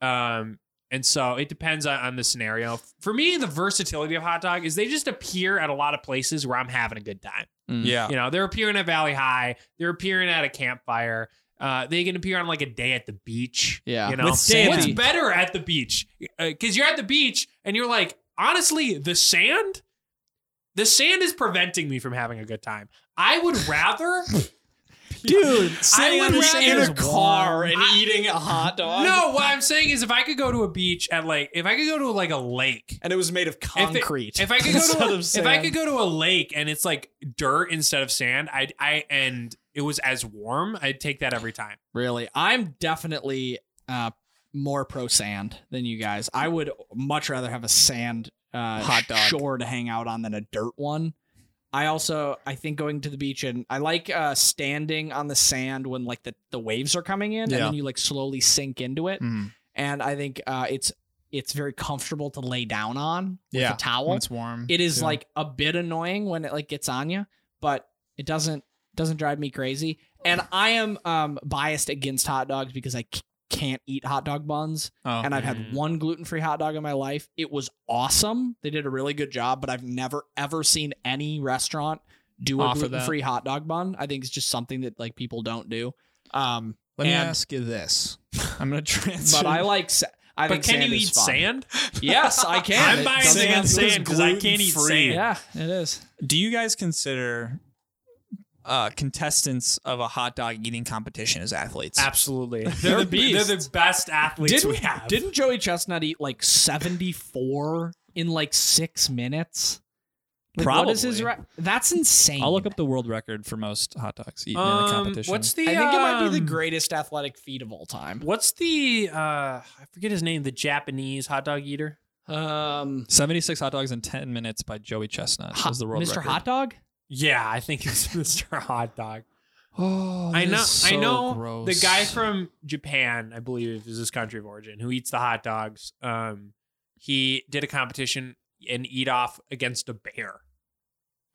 S1: Um, and so it depends on, on the scenario. For me, the versatility of hot dog is they just appear at a lot of places where I'm having a good time.
S3: Mm.
S2: Yeah.
S1: You know, they're appearing at Valley High, they're appearing at a campfire. Uh, they can appear on like a day at the beach.
S3: Yeah.
S1: you know,
S2: With sand.
S1: what's better at the beach? Because you're at the beach and you're like, honestly, the sand, the sand is preventing me from having a good time. I would rather
S2: Dude,
S1: sitting on the sand is warm. I-
S3: eating a hot dog.
S1: No, what I'm saying is if I could go to a beach at like if I could go to like a lake.
S3: And it was made of concrete.
S1: If I could go
S3: Instead
S1: to
S3: of
S1: a, if I
S3: sand.
S1: could go to a lake and it's like dirt instead of sand, I would I and it was as warm, I'd take that every time.
S3: really, I'm definitely uh, more pro sand than you guys. I would much rather have a sand uh,
S2: Hot dog.
S3: shore to hang out on than a dirt one. I also I think going to the beach and I like uh, standing on the sand when like the, the waves are coming in and
S2: Yeah.
S3: then you like slowly sink into it.
S2: Mm,
S3: and I think uh, it's it's very comfortable to lay down on with
S2: Yeah,
S3: a towel.
S2: when it's warm.
S3: It is
S2: Yeah.
S3: like a bit annoying when it like gets on you, but it doesn't doesn't drive me crazy. And I am um, biased against hot dogs because I c- can't eat hot dog buns,
S2: oh.
S3: and I've
S1: Mm.
S3: had one gluten free hot dog in my life. It was awesome. They did a really good job, but I've never ever seen any restaurant do a
S2: Offer that.
S3: gluten free hot dog bun. I think it's just something that like people don't do. Um,
S2: Let me
S3: And-
S2: ask you this. I'm gonna transition.
S3: but I like. sa- I
S1: But
S3: think
S1: can
S3: sand
S1: you
S3: is
S1: eat
S3: fun.
S1: sand?
S3: Yes, I can.
S1: I'm
S3: It
S1: buying
S3: doesn't
S1: sand
S3: have-
S1: sand because I can't eat
S2: gluten-free.
S1: sand.
S3: Yeah, it is.
S2: Do you guys consider uh, contestants of a hot dog eating competition as athletes?
S1: Absolutely.
S3: They're
S1: They're, the,
S3: beasts.
S1: they're the best athletes
S3: Didn't,
S1: we have.
S3: didn't Joey Chestnut eat like 74 in like six minutes? Like, What is his
S2: Probably.
S3: re- That's insane.
S2: I'll look up the world record for most hot dogs eaten in a
S1: um,
S2: competition.
S1: what's the
S3: I think it might be the
S1: um,
S3: greatest athletic feat of all time.
S1: What's the uh I forget his name, the Japanese hot dog eater?
S3: Um,
S2: 76 hot dogs in 10 minutes by Joey Chestnut was the world
S3: Mr.
S2: record.
S3: Hot Dog?
S1: Yeah, I think it's Mr. Hot Dog.
S2: Oh,
S1: I
S2: that
S1: know
S2: is so
S1: I know
S2: gross.
S1: the guy from Japan, I believe is his country of origin, who eats the hot dogs. Um he did a competition and eat off against a bear.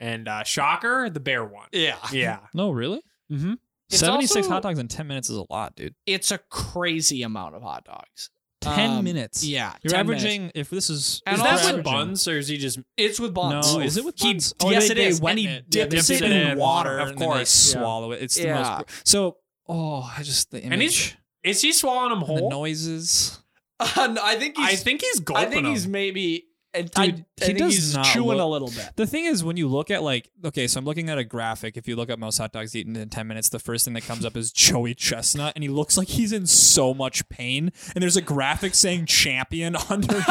S1: And uh shocker, the bear won.
S3: Yeah.
S1: Yeah.
S2: No, really?
S1: Mhm.
S3: It's
S2: 76
S3: also-
S2: hot dogs in 10 minutes is a lot, dude.
S3: It's a crazy amount of hot dogs.
S2: 10
S3: Um,
S2: minutes.
S3: Yeah.
S2: You're
S3: 10
S2: averaging, if this is.
S3: And
S1: is
S2: if we're
S1: that
S3: also-
S1: with
S2: averaging-
S1: buns or is he just
S3: It's with buns.
S2: No, is it with
S3: He-
S2: buns? Oh,
S3: yes,
S2: they-
S3: it
S2: they
S3: is.
S2: wet
S3: And he
S2: it.
S3: dips,
S1: dips
S3: it
S1: it
S3: in
S1: in
S3: water.
S1: water.
S3: of
S2: and then they
S3: course.
S2: swallow it. It's the
S3: Yeah.
S2: most. gr- So, oh, I just the image,
S1: And he's- is he swallowing them
S2: the
S1: whole?
S2: noises.
S3: I think
S1: I
S3: he's.
S1: think he's
S3: I
S1: gulping
S3: think he's
S1: them.
S3: maybe. I, I
S2: Dude, he
S3: think
S2: does
S3: he's
S2: not
S3: chewing
S2: look-
S3: a little bit.
S2: The thing is, when you look at like, okay, so I'm looking at a graphic. If you look up most hot dogs eaten in 10 minutes, the first thing that comes up is Joey Chestnut, and he looks like he's in so much pain. And there's a graphic saying champion underneath,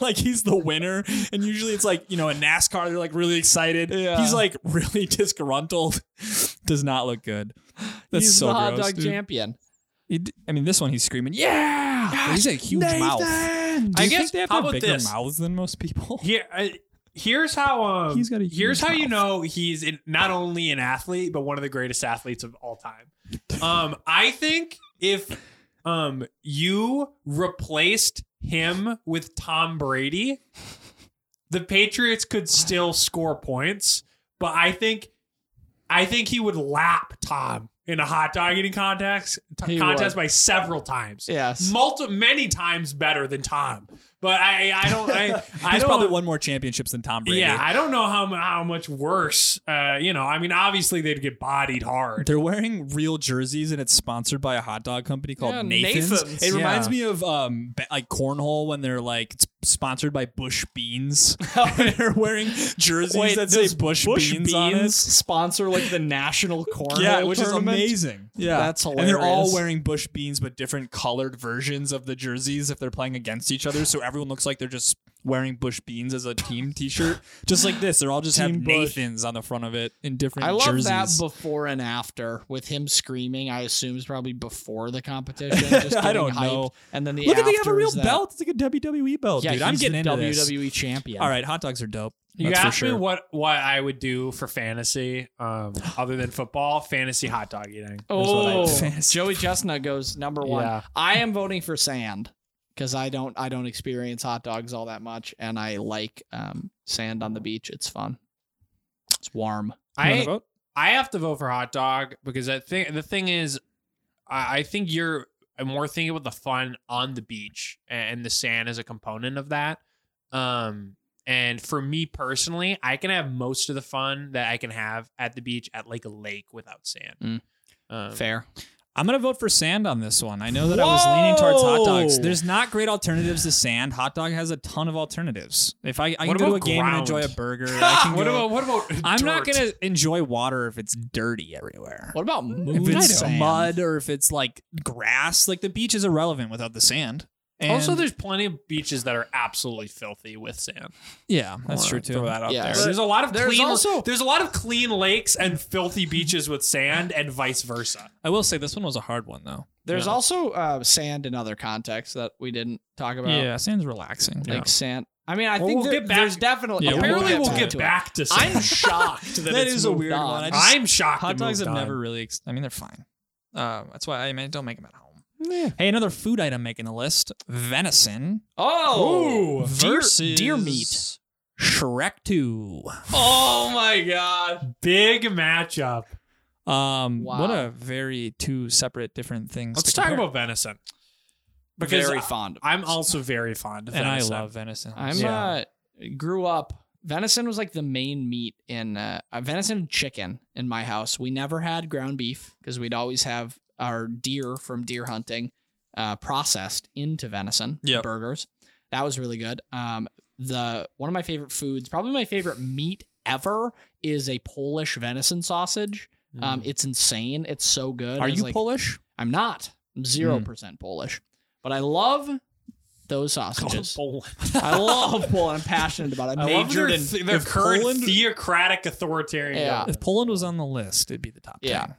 S2: like he's the winner. And usually it's like, you know, in NASCAR, they're like really excited.
S3: Yeah.
S2: He's like really disgruntled. Does not look good. That's
S3: he's
S2: so
S3: the
S2: gross.
S3: hot dog
S2: dude.
S3: champion.
S2: He d- I mean, this one he's screaming, yeah! he's a huge mouth. Do
S1: I
S2: you
S1: guess-
S2: think they have
S1: how
S2: to
S1: about
S2: have bigger
S1: this?
S2: mouths than most people?
S1: Here, I, here's how. Um,
S2: He's got a
S1: here's
S2: huge
S1: how you
S2: mouth.
S1: know he's in, not only an athlete but one of the greatest athletes of all time. Um, I think if um you replaced him with Tom Brady, the Patriots could still score points, but I think I think he would lap Tom in a hot dog eating contest
S3: He
S1: contest by several times.
S3: Yes.
S1: multi many times better than Tom. But I I don't I I
S2: He's
S1: don't
S2: probably won more championships than Tom Brady.
S1: yeah I don't know how mu- how much worse. Uh, you know I mean obviously they'd get bodied hard.
S2: They're wearing real jerseys and it's sponsored by a hot dog company called
S3: Yeah,
S2: Nathan's.
S3: Nathan's,
S2: It reminds
S1: yeah.
S2: me of um ba- like cornhole when they're like it's sponsored by Bush Beans. they're wearing jerseys
S3: Wait,
S2: that
S3: does
S2: say Bush,
S3: Bush
S2: Beans,
S3: Beans,
S2: on it.
S3: sponsor like the national cornhole
S2: Yeah, which
S3: tournament?
S2: is amazing. Yeah,
S3: That's
S2: And they're all
S3: hilarious.
S2: wearing Bush Beans, but different colored versions of the jerseys if they're playing against each other. So everyone looks like they're just wearing Bush Beans as a team T-shirt, just like this. They're all just
S3: Team
S2: have
S3: Bush.
S2: Nathan's on the front of it in different.
S3: I love
S2: jerseys.
S3: that before and after with him screaming. I assume is probably before the competition. Just
S2: I
S3: getting
S2: don't
S3: hyped,
S2: know.
S3: And then the
S2: Look at they have a
S3: after
S2: real
S1: uh,
S3: is that-
S2: belt. It's like a WWE belt,
S3: Yeah,
S2: dude. I'm
S3: he's
S2: getting
S3: the
S2: into this.
S3: WWE champion.
S2: All right, hot dogs are dope.
S1: E. You
S2: That's for
S1: asked me
S2: sure.
S1: what what I would do for fantasy um, other than football, fantasy hot dog eating. is what I
S3: Oh,
S1: do.
S2: Fantasy.
S3: Joey Chestnut goes number one.
S1: Yeah.
S3: I am voting for sand because I don't I don't experience hot dogs all that much, and I like um, sand on the beach. It's fun. It's warm.
S2: You wanna
S1: I
S2: vote?
S1: I have to vote for hot dog because I think the thing is, I, I think you're more thinking about the fun on the beach and the sand is a component of that. Um, and for me personally, I can have most of the fun that I can have at the beach at like a lake without sand.
S3: Mm.
S2: Uh,
S1: Um,
S3: Fair.
S2: I'm gonna vote for sand on this one. I know that I was leaning towards hot dogs.
S3: Whoa!
S2: There's not great alternatives to sand. Hot dog has a ton of alternatives. If I, I can
S1: What
S2: go to a
S1: about
S2: game and enjoy a
S1: ground?
S2: burger, I can
S1: What
S2: go-
S1: about what about?
S2: I'm not
S1: dirt?
S2: gonna enjoy water if it's dirty everywhere.
S3: What about
S2: If
S3: moon
S2: it's
S3: sand?
S2: mud or if it's like grass, like the beach is irrelevant without the sand. And
S1: also, there's plenty of beaches that are absolutely filthy with sand.
S2: yeah, that's
S1: Wanna
S2: true too.
S1: throw
S2: that out
S3: Yeah. there.
S1: So there's a lot of
S3: There's
S1: clean.
S3: also-
S1: there's a lot of clean lakes and filthy beaches with sand, and vice versa.
S2: I will say this one was a hard one though.
S3: There's
S1: Yeah.
S3: also uh, sand in other contexts that we didn't talk about.
S2: yeah, sand's relaxing.
S3: Like sand. I mean, I
S1: Well,
S3: think
S1: we'll
S3: there-
S1: get back-
S3: there's definitely.
S2: Yeah, we'll
S1: Apparently,
S2: get
S1: we'll
S2: back
S1: get
S3: to it.
S1: back to sand.
S3: I'm shocked that,
S2: That
S3: it's
S2: is a
S3: moved
S2: weird
S3: on.
S2: one. I just-
S1: I'm shocked.
S2: hot
S1: it
S2: dogs have
S1: moved
S2: never
S1: on.
S2: really. Ex- I mean, they're fine. Um, that's why I mean, don't make them at home. Hey, another food item making the list: venison
S3: Oh,
S1: Ooh.
S3: deer-
S2: versus
S3: deer meat.
S2: Shrek Two.
S3: Oh my god.
S1: Big matchup.
S2: Um,
S3: Oh. Wow.
S2: what a very two separate different things.
S1: Let's
S2: to
S1: talk
S2: compare.
S1: about venison because
S3: very
S1: I-
S3: fond. Of
S1: I'm also very fond of
S2: And I
S1: venison.
S2: love venison.
S3: I'm
S2: Yeah.
S3: uh grew up venison was like the main meat in uh, uh, venison and chicken in my house. We never had ground beef because we'd always have our deer from deer hunting uh, processed into venison
S2: Yep.
S3: burgers. That was really good. Um, the one of my favorite foods, probably my favorite meat ever, is a Polish venison sausage. Um,
S2: Mm.
S3: it's insane. It's so good.
S4: Hmm. Are
S3: It's
S4: you Hmm.
S3: like-
S4: Polish?
S3: I'm not. I'm zero percent Polish, but I love those sausages. I love Poland. I'm passionate about it. I
S1: I love
S3: majored
S1: their,
S3: in
S1: th- their
S2: if
S1: current
S2: Poland-
S1: theocratic authoritarian.
S3: Yeah.
S1: government.
S2: If Poland was on the list, it'd be the top
S3: uh, Yeah.
S2: 10.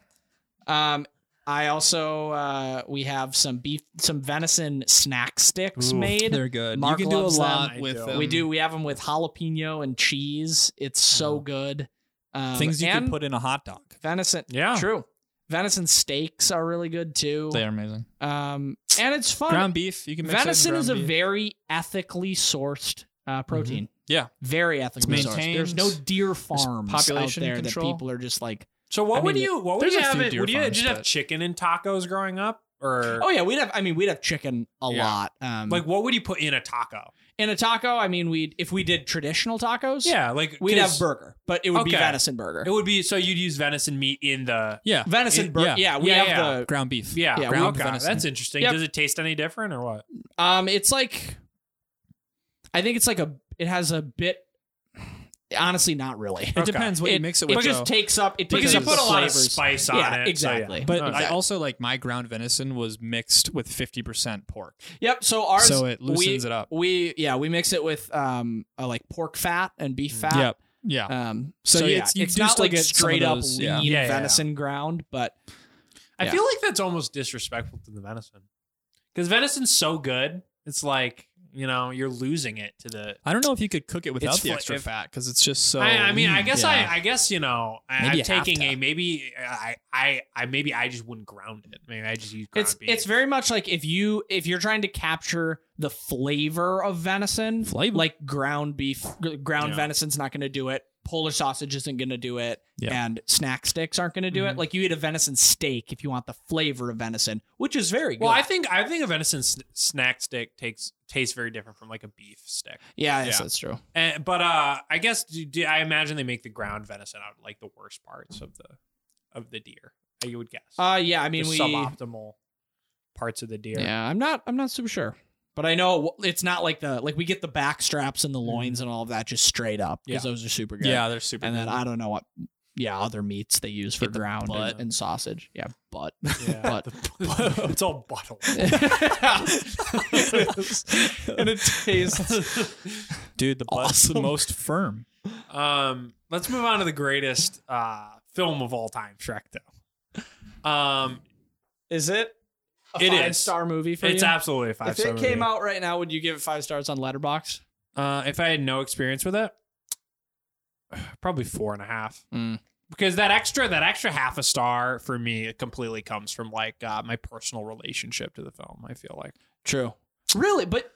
S3: Um, I also uh, we have some beef, some venison snack sticks
S1: Ooh,
S3: made.
S2: They're good.
S3: Mark
S2: you can do a
S3: loves them.
S2: lot
S1: I
S2: with um,
S1: do.
S2: them.
S3: we do. We have them with jalapeno and cheese. It's so good. Um,
S2: things you
S3: and
S2: can put in a hot dog.
S3: venison.
S1: Yeah.
S3: true. Venison steaks are really good too.
S2: They are amazing.
S3: Um, and it's fun.
S2: Ground beef, you can mix
S3: venison
S2: it in
S3: is a
S2: ground beef. Mm-hmm.
S3: very ethically sourced uh, protein.
S2: Yeah.
S3: very ethically
S2: It's
S3: sourced.
S2: maintained.
S3: There's no deer farms
S2: population
S3: out there
S2: control.
S3: that people are just like.
S1: So what
S3: I
S1: would
S3: mean,
S1: you? What would
S2: there's
S1: you
S2: a
S1: have?
S2: few
S1: It,
S2: deer
S1: would you
S2: farms,
S1: just have
S2: but-
S1: chicken and tacos growing up, or
S3: Oh yeah, we'd have. I mean, we'd have chicken a
S1: Yeah.
S3: lot. Um,
S1: like what would you put in a taco?
S3: in a taco, I mean, we would if we did traditional tacos,
S1: Yeah, like
S3: we'd have
S1: 'cause
S3: burger, but it would be
S1: Okay.
S3: venison burger.
S1: It would be so you'd use venison meat in the
S2: Yeah.
S3: venison
S2: It-
S3: burger.
S2: yeah.
S3: Yeah. we
S1: Yeah,
S3: have
S1: yeah.
S3: the.
S2: Ground beef.
S1: yeah,
S3: Yeah,
S1: ground
S2: we-
S1: okay,
S2: venison.
S1: That's interesting.
S3: Yep.
S1: Does it taste any different or what?
S3: Um, it's like, I think it's like a. It has a bit. Honestly, not really.
S2: It
S1: Okay.
S2: depends what you mix it with.
S3: It just
S2: though.
S3: takes up. It takes
S1: Because you
S3: up
S1: put
S3: the
S1: a lot of
S3: flavors.
S1: spice on
S3: yeah,
S1: it. so yeah.
S3: exactly.
S2: but
S1: Okay.
S2: I also like my ground venison was mixed with 50% pork.
S3: Yep. So ours.
S2: so it loosens
S3: we,
S2: it up.
S3: We yeah we mix it with um uh, like pork fat and
S1: Mm.
S3: beef fat.
S2: Yep. Yeah.
S3: Um.
S2: So
S3: So,
S2: you-
S3: yeah,
S2: it's-
S3: it's,
S2: you do
S3: not
S2: still
S3: like
S2: get some
S3: straight
S2: of
S3: up
S2: those,
S3: lean
S2: yeah.
S1: Yeah, yeah,
S3: venison ground, but
S1: I
S3: Yeah.
S1: feel like that's almost disrespectful to the venison because venison's so good. It's like you know you're losing it to the.
S2: I don't know if you could cook it without
S1: It's
S2: the
S1: fl-
S2: extra
S1: if-
S2: fat because it's just so.
S1: I, I mean, I guess
S2: Yeah.
S1: I, I guess you know, I,
S2: Maybe
S1: I'm
S2: you have
S1: taking
S2: to.
S1: a maybe. I, I, I maybe I just wouldn't ground it. Maybe I just use ground
S3: it's
S1: beef.
S3: it's very much like if you if you're trying to capture the flavor of venison,
S2: Flavor.
S3: like ground beef, gr- ground
S1: Yeah.
S3: venison's not going to do it. Polish sausage isn't going to do it,
S2: Yeah.
S3: and snack sticks aren't going to do it. Like you eat a venison steak if you want the flavor of venison, which is very good.
S1: well. I think I think a venison s- snack stick takes tastes very different from like a beef stick.
S3: yeah, yes,
S1: Yeah.
S3: that's true.
S1: And, but uh, I guess do, do- I imagine they make the ground venison out of like the worst parts of the of the deer. You would guess.
S3: Uh, yeah, I mean
S1: the
S3: we
S1: suboptimal parts of the deer.
S3: Yeah, I'm not. I'm not super sure, but I know w- it's not like the like we get the back straps and the loins and all of that just straight up
S1: Yeah.
S3: because those are super good.
S2: Yeah, they're super.
S3: and then
S2: good.
S3: I don't know what. Yeah, other meats they use for
S2: Get the
S3: ground
S2: butt.
S3: and, and sausage. Yeah, butt.
S1: Yeah.
S3: But-
S1: it's all bottle.
S3: and it tastes.
S2: dude, the butt's the
S3: Awesome.
S2: most firm.
S1: Um, let's move on to the greatest uh, film of all time, Shrek. Though, um,
S3: Is it? A
S1: It is.
S3: five star movie for
S1: it's
S3: you.
S1: absolutely a five.
S3: if it came out right now, would you give it five stars on Letterbox?
S1: uh, if I had no experience with it, probably four and a half.
S3: Mm.
S1: Because that extra, that extra half a star for me, it completely comes from like uh, my personal relationship to the film. I feel like
S3: True. Really, but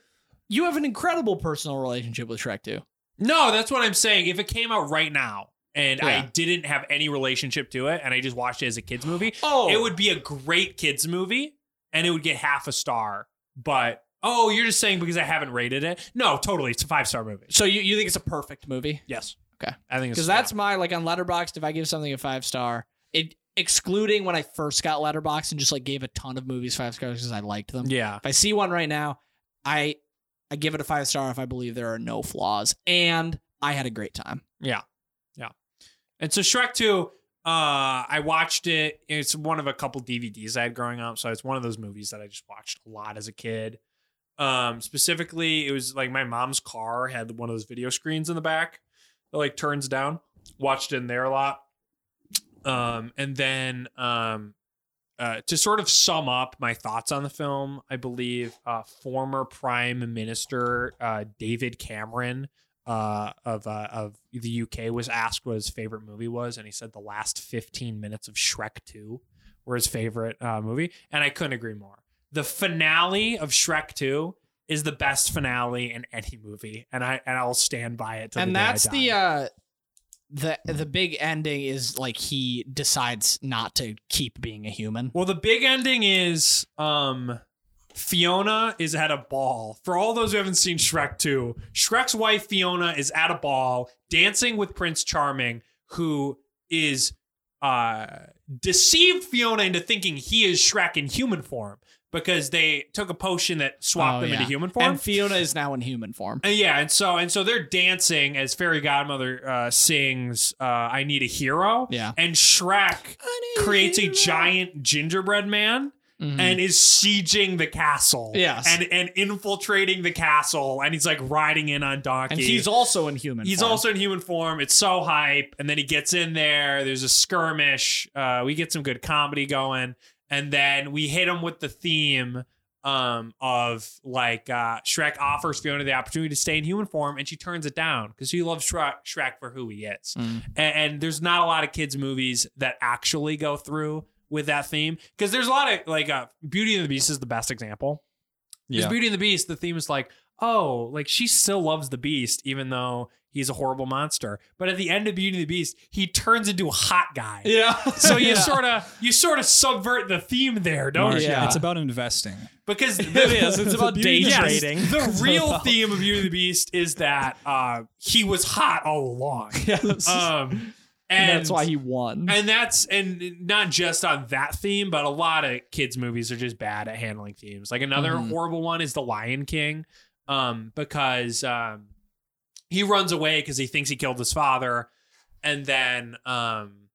S3: you have an incredible personal relationship with Shrek too.
S1: no, that's what I'm saying. If it came out right now. And I
S3: Yeah.
S1: didn't have any relationship to it, and I just watched it as a kids movie.
S3: Oh,
S1: it would be a great kids movie and it would get half a star but oh you're just saying because i haven't rated it no totally it's a five star movie
S3: So you, you think it's a perfect movie?
S1: yes
S3: Okay.
S1: i think it's
S3: Because that's my like on Letterboxd. If I give something a five star, it excluding when I first got Letterboxd and just like gave a ton of movies five stars because I liked them.
S1: yeah
S3: If I see one right now, I I give it a five star if I believe there are no flaws and I had a great time.
S1: and so shrek 2 uh, I watched it. It's one of a couple DVDs I had growing up, so it's one of those movies that I just watched a lot as a kid. Um, specifically, it was like my mom's car had one of those video screens in the back that like turns down. Watched it in there a lot. Um, and then um, uh, to sort of sum up my thoughts on the film, I believe uh, former Prime Minister uh, David Cameron uh, of uh, of the UK was asked what his favorite movie was, and he said the last 15 minutes of Shrek 2 were his favorite uh, movie, and I couldn't agree more. The finale of Shrek 2 is the best finale in any movie, and I and I'll stand by it. till
S3: and
S1: the day I Mm.
S3: that's the
S1: die.
S3: uh the the big ending is like he decides not to keep being a human.
S1: well, the big ending is um Fiona is at a ball. For all those who haven't seen Shrek 2, Shrek's wife Fiona is at a ball dancing with Prince Charming, who is uh deceived Fiona into thinking he is Shrek in human form because they took a potion that swapped
S3: Oh,
S1: them into
S3: yeah.
S1: human form.
S3: And Fiona is now in human form.
S1: Uh, yeah, and so and so they're dancing as Fairy Godmother uh, sings uh, "I Need a Hero."
S3: Yeah.
S1: and Shrek creates a giant gingerbread man
S3: Mm-hmm.
S1: and is sieging the castle.
S3: Yes.
S1: and and infiltrating the castle, and he's like riding in on donkey.
S3: And he's also in human
S1: He's
S3: form.
S1: also in human form. It's so hype, and then he gets in there. There's a skirmish. Uh, we get some good comedy going, and then we hit him with the theme um, of like uh, Shrek offers Fiona the opportunity to stay in human form, and she turns it down because she loves Shrek, Shrek for who he is.
S4: Mm.
S1: A- And, there's not a lot of kids movies that actually go through with that theme because there's a lot of like uh, Beauty and the Beast is the best example. Because
S2: Yeah.
S1: Beauty and the Beast, the theme is like, oh, like she still loves the Beast, even though he's a horrible monster. But at the end of Beauty and the Beast, he turns into a hot guy.
S3: Yeah.
S1: So you sort of you sort of subvert the theme there, don't
S2: Mark,
S1: you?
S3: Yeah.
S2: It's about investing.
S1: Because the,
S3: is. It's about day
S1: Yes,
S3: trading.
S1: The real theme of Beauty and the Beast is that uh, he was hot all along. Um, and
S3: that's why he won.
S1: and that's and not just on that theme, but a lot of kids' movies are just bad at handling themes. Like another
S3: Mhm.
S1: horrible one is The Lion King, um, because um, he runs away because he thinks he killed his father, and then um,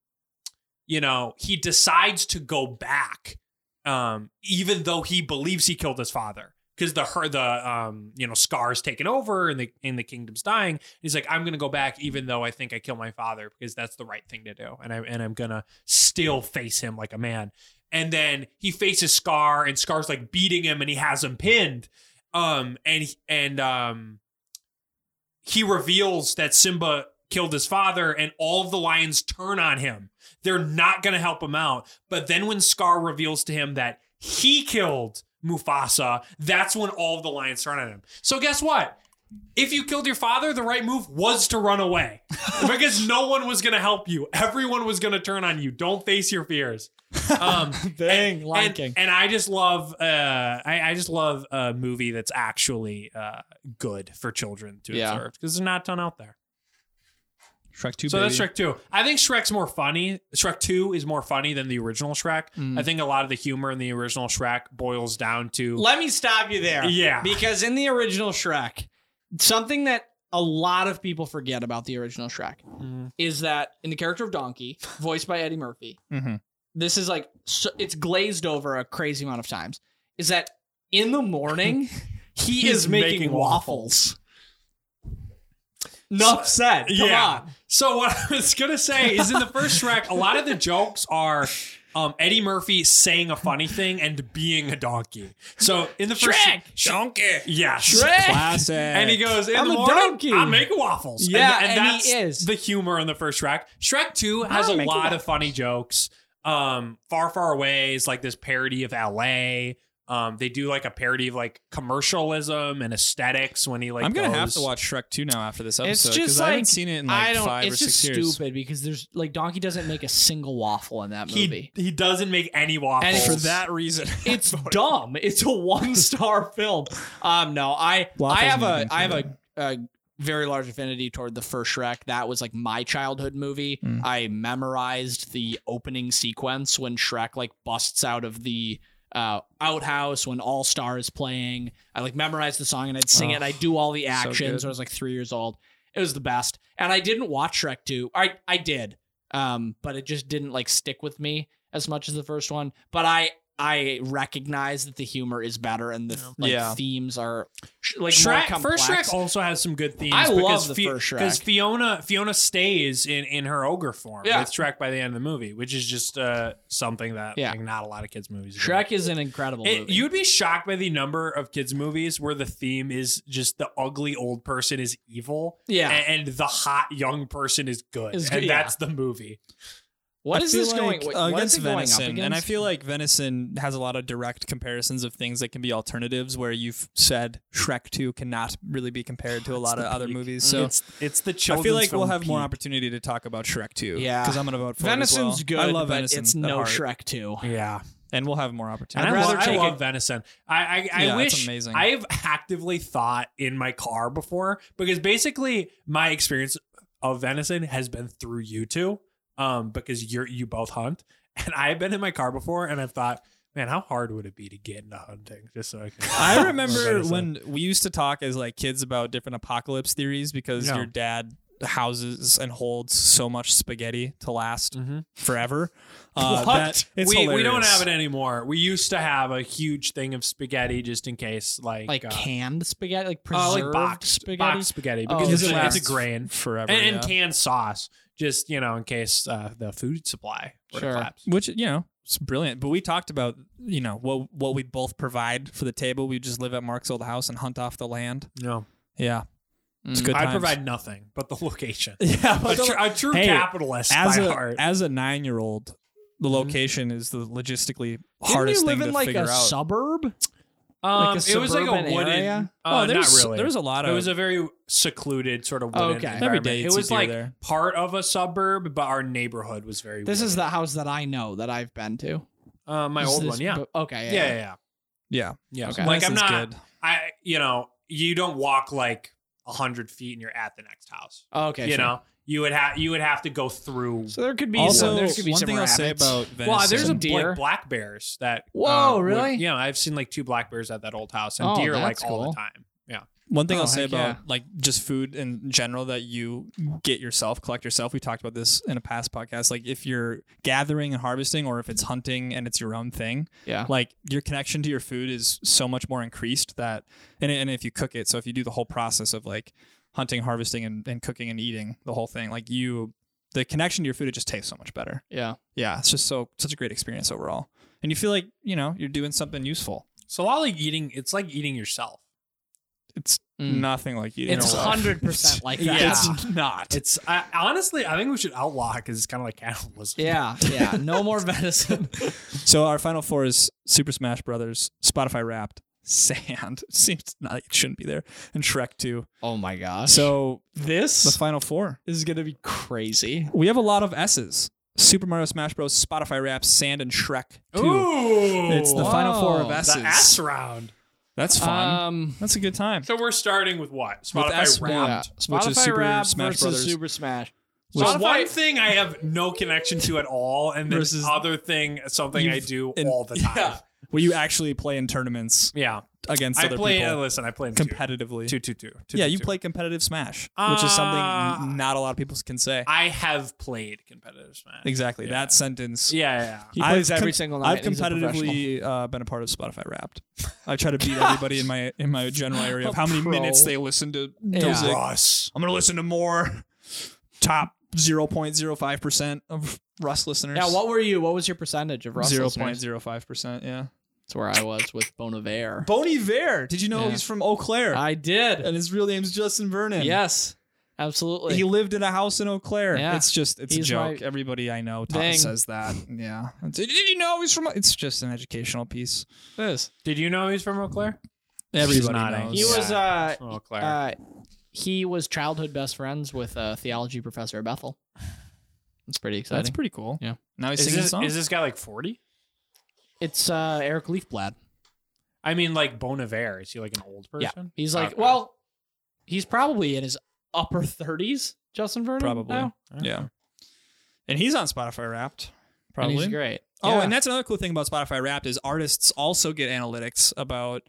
S1: you know he decides to go back, um, even though he believes he killed his father. Because the her the um you know scars taken over and the and the kingdom's dying, He's like, I'm gonna go back, even though I think I killed my father, because that's the right thing to do, and I'm and I'm gonna still face him like a man. And then he faces Scar, and Scar's like beating him, and he has him pinned. Um, and and um, he reveals that Simba killed his father, and all of the lions turn on him. They're not gonna help him out. But then when Scar reveals to him that he killed Mufasa, that's when all of the lions turn on him. So guess what? if you killed your father, the right move was to run away because no one was going to help you. Everyone was going to turn on you. Don't face your fears. Um,
S3: Dang, Lion
S1: and,
S3: King.
S1: and I just love, uh, I, I just love a movie that's actually uh, good for children to
S3: Yeah.
S1: observe because there's not a ton out there.
S2: Shrek 2
S1: So
S2: baby.
S1: that's Shrek 2. I think Shrek's more funny. Shrek 2 is more funny than the original Shrek.
S3: Mm.
S1: I think a lot of the humor in the original Shrek boils down to
S3: Let me stop you there.
S1: Yeah.
S3: Because in the original Shrek, something that a lot of people forget about the original Shrek
S1: Mhm.
S3: is that in the character of Donkey, voiced by Eddie Murphy,
S2: Mhm.
S3: this is like, so, it's glazed over a crazy amount of times, is that in the morning, he
S1: He's
S3: is making,
S1: making
S3: waffles. Enough said. Come
S1: yeah.
S3: on.
S1: So what I was gonna say is in the first Shrek, a lot of the jokes are um, Eddie Murphy saying a funny thing and being a donkey. So in the first
S3: Shrek!
S1: donkey, yes,
S3: Shrek!
S2: Classic.
S1: and he goes, in
S3: I'm
S1: the
S3: a
S1: morning,
S3: donkey."
S1: I make waffles.
S3: Yeah,
S1: and,
S3: and
S1: that's
S3: he is.
S1: the humor in the first Shrek. Shrek 2 has
S3: I'm
S1: a
S3: making
S1: lot of funny jokes. Um, Far, Far Away is like this parody of LA. Um, they do like a parody of like commercialism and aesthetics when he like
S2: I'm gonna have
S1: goes-
S2: to watch Shrek 2 now after this
S3: It's
S2: episode
S3: just
S2: because I
S3: like-
S2: haven't seen it in
S3: I
S2: like
S3: don't.
S2: five
S3: it's
S2: or six
S3: just
S2: years.
S3: stupid because there's like Donkey doesn't make a single waffle in that movie.
S1: He, he doesn't make any waffles.
S3: And
S2: For that reason,
S3: it's dumb. It's a one star film. Um, no, I
S2: Waffles
S3: I have a
S2: moving
S3: I have a, a very large affinity toward the first Shrek. That was like my childhood movie.
S2: Mm.
S3: I memorized the opening sequence when Shrek like busts out of the uh, outhouse when All Star is playing. I like memorized the song and I'd sing it. And I do all the actions.
S2: Oh, good.
S3: when I was like three years old. It was the best. And I didn't watch Shrek 2. I I did. Um, but it just didn't like stick with me as much as the first one. But I I recognize that the humor is better and the like,
S2: Yeah.
S3: themes are sh- like more
S1: Shrek,
S3: complex.
S1: first Shrek also has some good themes.
S3: I love
S1: because
S3: the
S1: Fi-
S3: first Shrek.
S1: because Fiona Fiona stays in in her ogre form
S3: Yeah.
S1: with Shrek by the end of the movie, which is just uh, something that
S3: Yeah.
S1: like, not a lot of kids movies. do.
S3: Shrek is an incredible
S1: It-
S3: movie.
S1: you'd be shocked by the number of kids movies where the theme is just the ugly old person is evil,
S3: Yeah.
S1: and, and the hot young person is good,
S3: Is good,
S1: and
S3: yeah.
S1: that's the movie.
S3: what
S2: I
S3: is
S2: feel
S3: this going?
S2: like,
S3: Wait,
S2: uh,
S3: what
S2: against
S3: is it going
S2: venison,
S3: up against?
S2: and I feel like venison has a lot of direct comparisons of things that can be alternatives. Where you've said Shrek Two cannot really be compared to a lot of other movies,
S3: Mm.
S2: so
S1: it's it's the
S2: I
S1: children's
S2: feel like we'll
S1: film
S2: have more
S1: peak.
S2: opportunity to talk about Shrek Two.
S3: Yeah.
S2: because I'm gonna vote for it as
S3: venison's
S2: well.
S3: good.
S2: I love
S3: but
S2: venison.
S3: It's
S2: at
S3: no
S2: heart.
S3: Shrek 2.
S1: Yeah,
S2: and we'll have more
S1: And
S2: opportunities.
S1: i
S3: rather
S1: love, I
S3: take
S1: love
S3: it-
S1: venison. I I, I
S2: Yeah, that's
S1: wish
S2: amazing.
S1: I've actively thought in my car before because basically my experience of venison has been through you two, um, because you're you both hunt, and I've been in my car before, and I've thought, man, how hard would it be to get into hunting just so I can.
S2: I remember
S1: Venison.
S2: when we used to talk as like kids about different apocalypse theories because
S1: Yeah.
S2: your dad houses and holds so much spaghetti to
S3: Mm.
S2: last
S1: Mhm.
S2: forever. Uh,
S1: What?
S2: that- it's
S1: we, we don't
S2: hilarious.
S1: have it anymore. We used to have a huge thing of spaghetti just in case, like
S3: like
S1: uh,
S3: canned spaghetti, like
S1: uh,
S3: preserved
S1: like boxed
S3: spaghetti.
S1: boxed spaghetti
S3: Oh,
S1: because it's,
S2: it
S1: a, it's a
S2: lasts
S1: grain.
S2: forever.
S1: and, and
S2: yeah.
S1: canned sauce, just you know, in case uh, the food supply were to
S3: Sure.
S1: collapse.
S2: which you know it's brilliant. But we talked about you know what what we both provide for the table. We just live at Mark's old house and hunt off the land.
S1: No,
S2: Yeah, it's
S3: Mm.
S2: good.
S1: I
S2: times.
S1: provide nothing but the location.
S2: Yeah,
S1: A,
S2: but
S1: tr- a true
S2: Hey,
S1: capitalist
S2: as
S1: by
S2: a
S1: heart.
S2: as a nine year old, the location is the logistically
S3: Didn't
S2: hardest
S3: you live
S2: thing
S3: in
S2: to
S3: like
S2: figure
S3: a
S2: out.
S3: suburb?
S1: Um,
S3: like a
S1: it was like a
S3: suburban
S1: wooden.
S3: area?
S1: Uh,
S2: oh, there's
S1: not really.
S2: there's a lot
S1: it
S2: of
S1: was a very secluded sort of wooden
S3: Okay.
S1: environment.
S2: Every day
S1: it
S2: it's a
S1: was
S2: deer
S1: like
S2: there.
S1: part of a suburb, but our neighborhood was very.
S3: This
S1: wooden.
S3: is the house that I know that I've been to.
S1: uh, my
S3: Is
S1: old
S3: this
S1: one. Yeah.
S3: bo- Okay.
S1: yeah,
S3: Yeah.
S1: yeah, yeah,
S2: yeah.
S1: yeah.
S3: Okay.
S1: Like I'm
S2: Venison's
S1: not.
S2: good.
S1: I you know you don't walk like hundred feet and you're at the next house.
S3: Okay.
S1: you
S3: sure.
S1: know you would have you would have to go through
S3: So there could be
S2: Also,
S3: some, there could be
S2: one
S3: some
S2: thing I'll
S3: rabbits.
S2: say about venison.
S1: Well, there's a
S3: Some
S1: deer.
S3: deer.
S1: black bears that. uh,
S3: Whoa,
S1: would-
S3: really?
S1: yeah, I've seen like two black bears at that old house and
S3: Oh,
S1: deer like
S3: that's
S1: all
S3: cool.
S1: the time. Yeah.
S2: One thing
S3: Oh,
S2: I'll say
S3: heck
S2: about
S3: yeah.
S2: like just food in general that you get yourself, collect yourself. We talked about this in a past podcast. Like if you're gathering and harvesting, or if it's hunting and it's your own thing,
S3: yeah.
S2: like your connection to your food is so much more increased that, and and if you cook it, so if you do the whole process of like hunting, harvesting, and, and cooking and eating the whole thing, like you, the connection to your food, it just tastes so much better.
S3: Yeah.
S2: Yeah, it's just so such a great experience overall, and you feel like you know you're doing something useful.
S1: So a lot like eating, it's like eating yourself.
S2: It's
S3: Mm.
S2: nothing like eating.
S3: It's
S2: a lot.
S3: hundred percent like that.
S1: Yeah.
S2: It's not.
S1: It's I, honestly, I think we should outlaw because it's kind of like cannibalism.
S3: Yeah, yeah. No more venison.
S2: So our final four is Super Smash Brothers, Spotify Wrapped, Sand. Seems not it shouldn't be there, and Shrek Two.
S3: Oh my gosh.
S2: So the
S3: this
S2: final four.
S3: is gonna be crazy.
S2: We have a lot of S's. Super Mario Smash Bros, Spotify Wrapped, Sand, and Shrek Two.
S1: Ooh,
S2: It's the final four of
S3: Whoa. The
S1: the S
S2: S's.
S1: round.
S2: That's fun.
S3: Um,
S2: That's a good time.
S1: So we're starting with what
S2: S
S1: Spotify
S2: one.
S1: round.
S3: yeah.
S2: which is
S3: Spotify
S2: Super
S3: Wrapped
S2: Smash
S3: versus
S2: Brothers.
S3: Super Smash.
S2: Which-
S1: So
S3: Spotify-
S1: one thing I have no connection to at all, and this
S2: Versus-
S1: other thing, something I do
S2: and-
S1: all the time. Yeah,
S2: Yeah. Where you actually play in tournaments against
S1: I
S2: other
S1: play. uh,
S2: people
S1: listen, I play in two.
S2: competitively.
S1: Two, two, two, two,
S2: yeah,
S1: two,
S2: you
S1: two.
S2: play competitive Smash, which is something
S1: Uh,
S2: n- not a lot of people can say.
S1: I have played competitive Smash.
S2: exactly.
S1: Yeah.
S2: That sentence.
S1: Yeah, yeah, yeah.
S3: He plays every single night.
S2: I've
S3: He's a
S2: competitively uh, been a part of Spotify Wrapped. I try to beat everybody in my in my general area of how many
S3: pro.
S2: minutes they listen to
S3: Yeah.
S2: music.
S1: Russ.
S2: I'm gonna listen to more top 0.05 percent of Russ listeners.
S3: Yeah, what were you? What was your percentage of Russ?
S2: Zero point
S3: listeners?
S2: zero five percent. Yeah.
S3: That's where I was with Bon Iver.
S2: Boney Vare. Did you know
S3: Yeah.
S2: he's from Eau Claire?
S3: I did.
S2: and his real name's Justin Vernon.
S3: Yes, absolutely.
S2: He lived in a house in Eau Claire.
S3: Yeah.
S2: It's just, it's
S3: He's
S2: a joke.
S3: my
S2: Everybody I know ta-
S3: thing.
S2: says that. Yeah. Did, did you know he's from? It's just an educational piece.
S3: This.
S1: Did you know he's from Eau Claire? She's
S2: Everybody
S1: nodding.
S2: knows.
S3: He was uh,
S1: Eau Claire.
S3: uh, he was childhood best friends with a theology professor at Bethel. That's pretty exciting.
S2: That's pretty cool.
S3: Yeah.
S2: Now he's
S1: is,
S2: singing a
S1: this,
S2: song.
S1: is this guy like 40?
S3: it's uh, Eric Leafblad.
S1: I mean, like Bon Iver. Is he like an old
S3: Yeah.
S1: person?
S3: He's like,
S1: Okay.
S3: well, he's probably in his upper thirties. Justin Vernon,
S2: Probably.
S3: now?
S2: yeah. And he's on Spotify Wrapped.
S3: And
S2: Probably.
S3: he's great.
S2: Oh,
S3: Yeah.
S2: and that's another cool thing about Spotify Wrapped is artists also get analytics about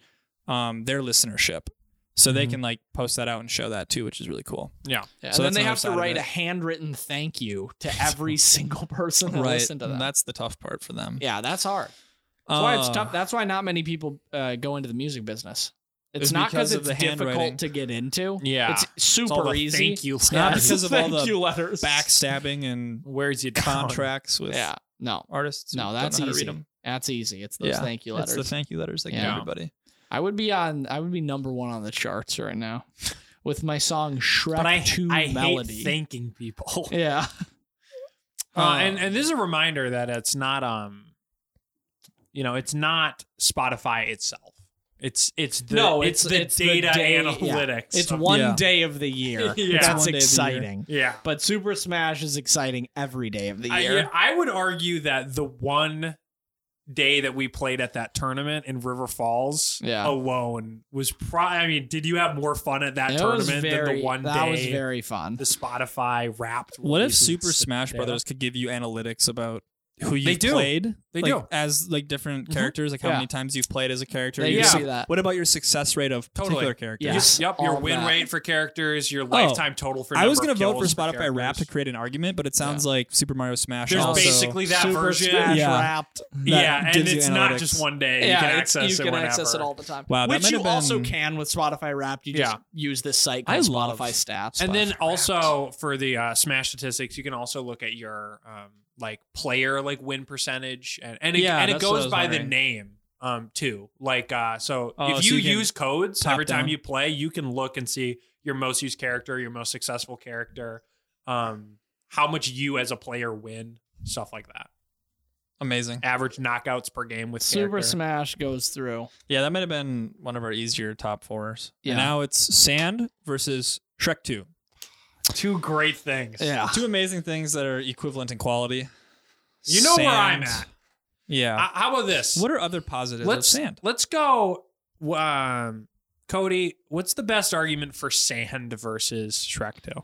S2: um, their listenership, so they
S1: Mhm.
S2: can like post that out and show that too, which is really cool.
S3: Yeah,
S2: so
S3: and then
S2: that's
S3: they
S2: another
S3: have
S2: side
S3: to
S2: of
S3: write
S2: it.
S3: a handwritten thank you to every single person that listened to
S2: and
S3: them.
S2: that's the tough part for them.
S3: yeah, that's hard. That's why it's
S2: Uh,
S3: tough. That's why not many people uh, go into the music business. It's,
S2: It's
S3: not
S2: because
S3: because
S2: of
S3: it's
S2: the handwriting.
S3: difficult to get into.
S1: Yeah.
S3: it's
S1: It's all
S3: super
S1: the
S3: easy.
S1: Thank you.
S2: not
S1: letters.
S2: because of all the
S3: letters.
S2: Backstabbing and
S1: Where's your contract?
S2: contracts with
S3: Yeah, no,
S2: artists. who
S3: No,
S2: don't
S3: that's
S2: know how to
S3: easy.
S2: read 'em.
S3: that's easy. It's those
S2: Yeah,
S3: thank you
S2: It's
S3: letters.
S2: the thank you letters they give
S3: Yeah.
S2: everybody.
S3: I would be on. I would be number one on the charts right now with my song Shrek
S1: But I,
S3: Two
S1: I
S3: melody.
S1: hate thanking people.
S3: yeah,
S1: Uh, and and this is a reminder that it's not um, you know, it's not Spotify itself. It's it's the
S3: No,
S1: it's,
S3: it's-
S1: the
S3: it's the
S1: data
S3: day- yeah.
S1: analytics.
S3: it's
S1: of-
S3: one
S2: Yeah.
S3: day of the year.
S1: Yeah.
S2: It's one day
S3: That's
S2: of the year.
S3: exciting.
S1: yeah.
S3: But Super Smash is exciting every day of the
S1: I,
S3: year.
S1: yeah, I would argue that the one day that we played at that tournament in River Falls
S4: Yeah.
S1: alone was pro. I mean, did you have more fun at that tournament than the one
S3: that
S1: day
S3: was very fun.
S1: the Spotify Wrapped?
S2: What if
S1: release and
S2: Super
S1: s-
S2: Smash
S1: data?
S2: Brothers could give you analytics about who
S1: They
S2: you've
S1: do.
S2: played?
S1: They
S2: like,
S1: do.
S2: as like different
S1: Mhm.
S2: characters, like how
S3: Yeah.
S2: many times you've played as a character.
S3: They
S2: your
S1: do
S2: su-
S3: do that.
S2: What about your success rate of
S1: Totally.
S2: particular characters? Oh,
S3: Yeah. Yes,
S1: Yep,
S3: all
S1: your
S3: of
S1: win
S3: that.
S1: rate for characters, your lifetime total for.
S2: I was
S1: going
S2: gonna
S1: to
S2: vote for Spotify Rap to create an argument, but it sounds like Super Mario Smash
S1: There's
S2: also.
S1: basically that
S3: Super
S1: version.
S3: Smash
S2: Yeah.
S3: wrapped.
S1: yeah, and
S2: gives you
S1: it's not
S2: analytics.
S1: just one day.
S3: yeah,
S1: you can
S3: it's-
S1: access
S3: you
S1: it
S3: can
S1: whenever.
S3: access it all the time.
S2: Wow, that
S3: which
S2: might
S3: you
S2: have been-
S3: also can with Spotify Wrapped. You just
S1: Yeah.
S3: use this site
S2: I
S3: called
S2: love-
S3: Spotify Stats,
S1: And then
S3: Spotify Wrapped.
S1: also for the uh, Smash statistics, you can also look at your um, like player like win percentage, and and it,
S2: Yeah,
S1: and it
S2: that's what I
S1: goes
S2: was
S1: by the
S2: wondering.
S1: name um, too. Like uh, so, if
S2: Oh, so
S1: you,
S2: you can
S1: use codes
S2: top
S1: every time
S2: down.
S1: you play, you can look and see your most used character, your most successful character, um, how much you as a player win, stuff like that.
S2: amazing.
S1: Average knockouts per game with
S3: Super
S1: character.
S3: Smash goes through.
S2: Yeah, that might have been one of our easier top fours.
S3: Yeah.
S2: And now it's Sand versus Shrek 2.
S1: Two great things.
S3: Yeah,
S2: Two amazing things that are equivalent in quality.
S1: You know where I'm
S2: Sand.
S1: at.
S2: Yeah.
S1: Uh, how about this?
S2: what are other positives
S1: let's
S2: of Sand?
S1: let's go. Um, Cody, what's the best argument for sand versus Shrek 2?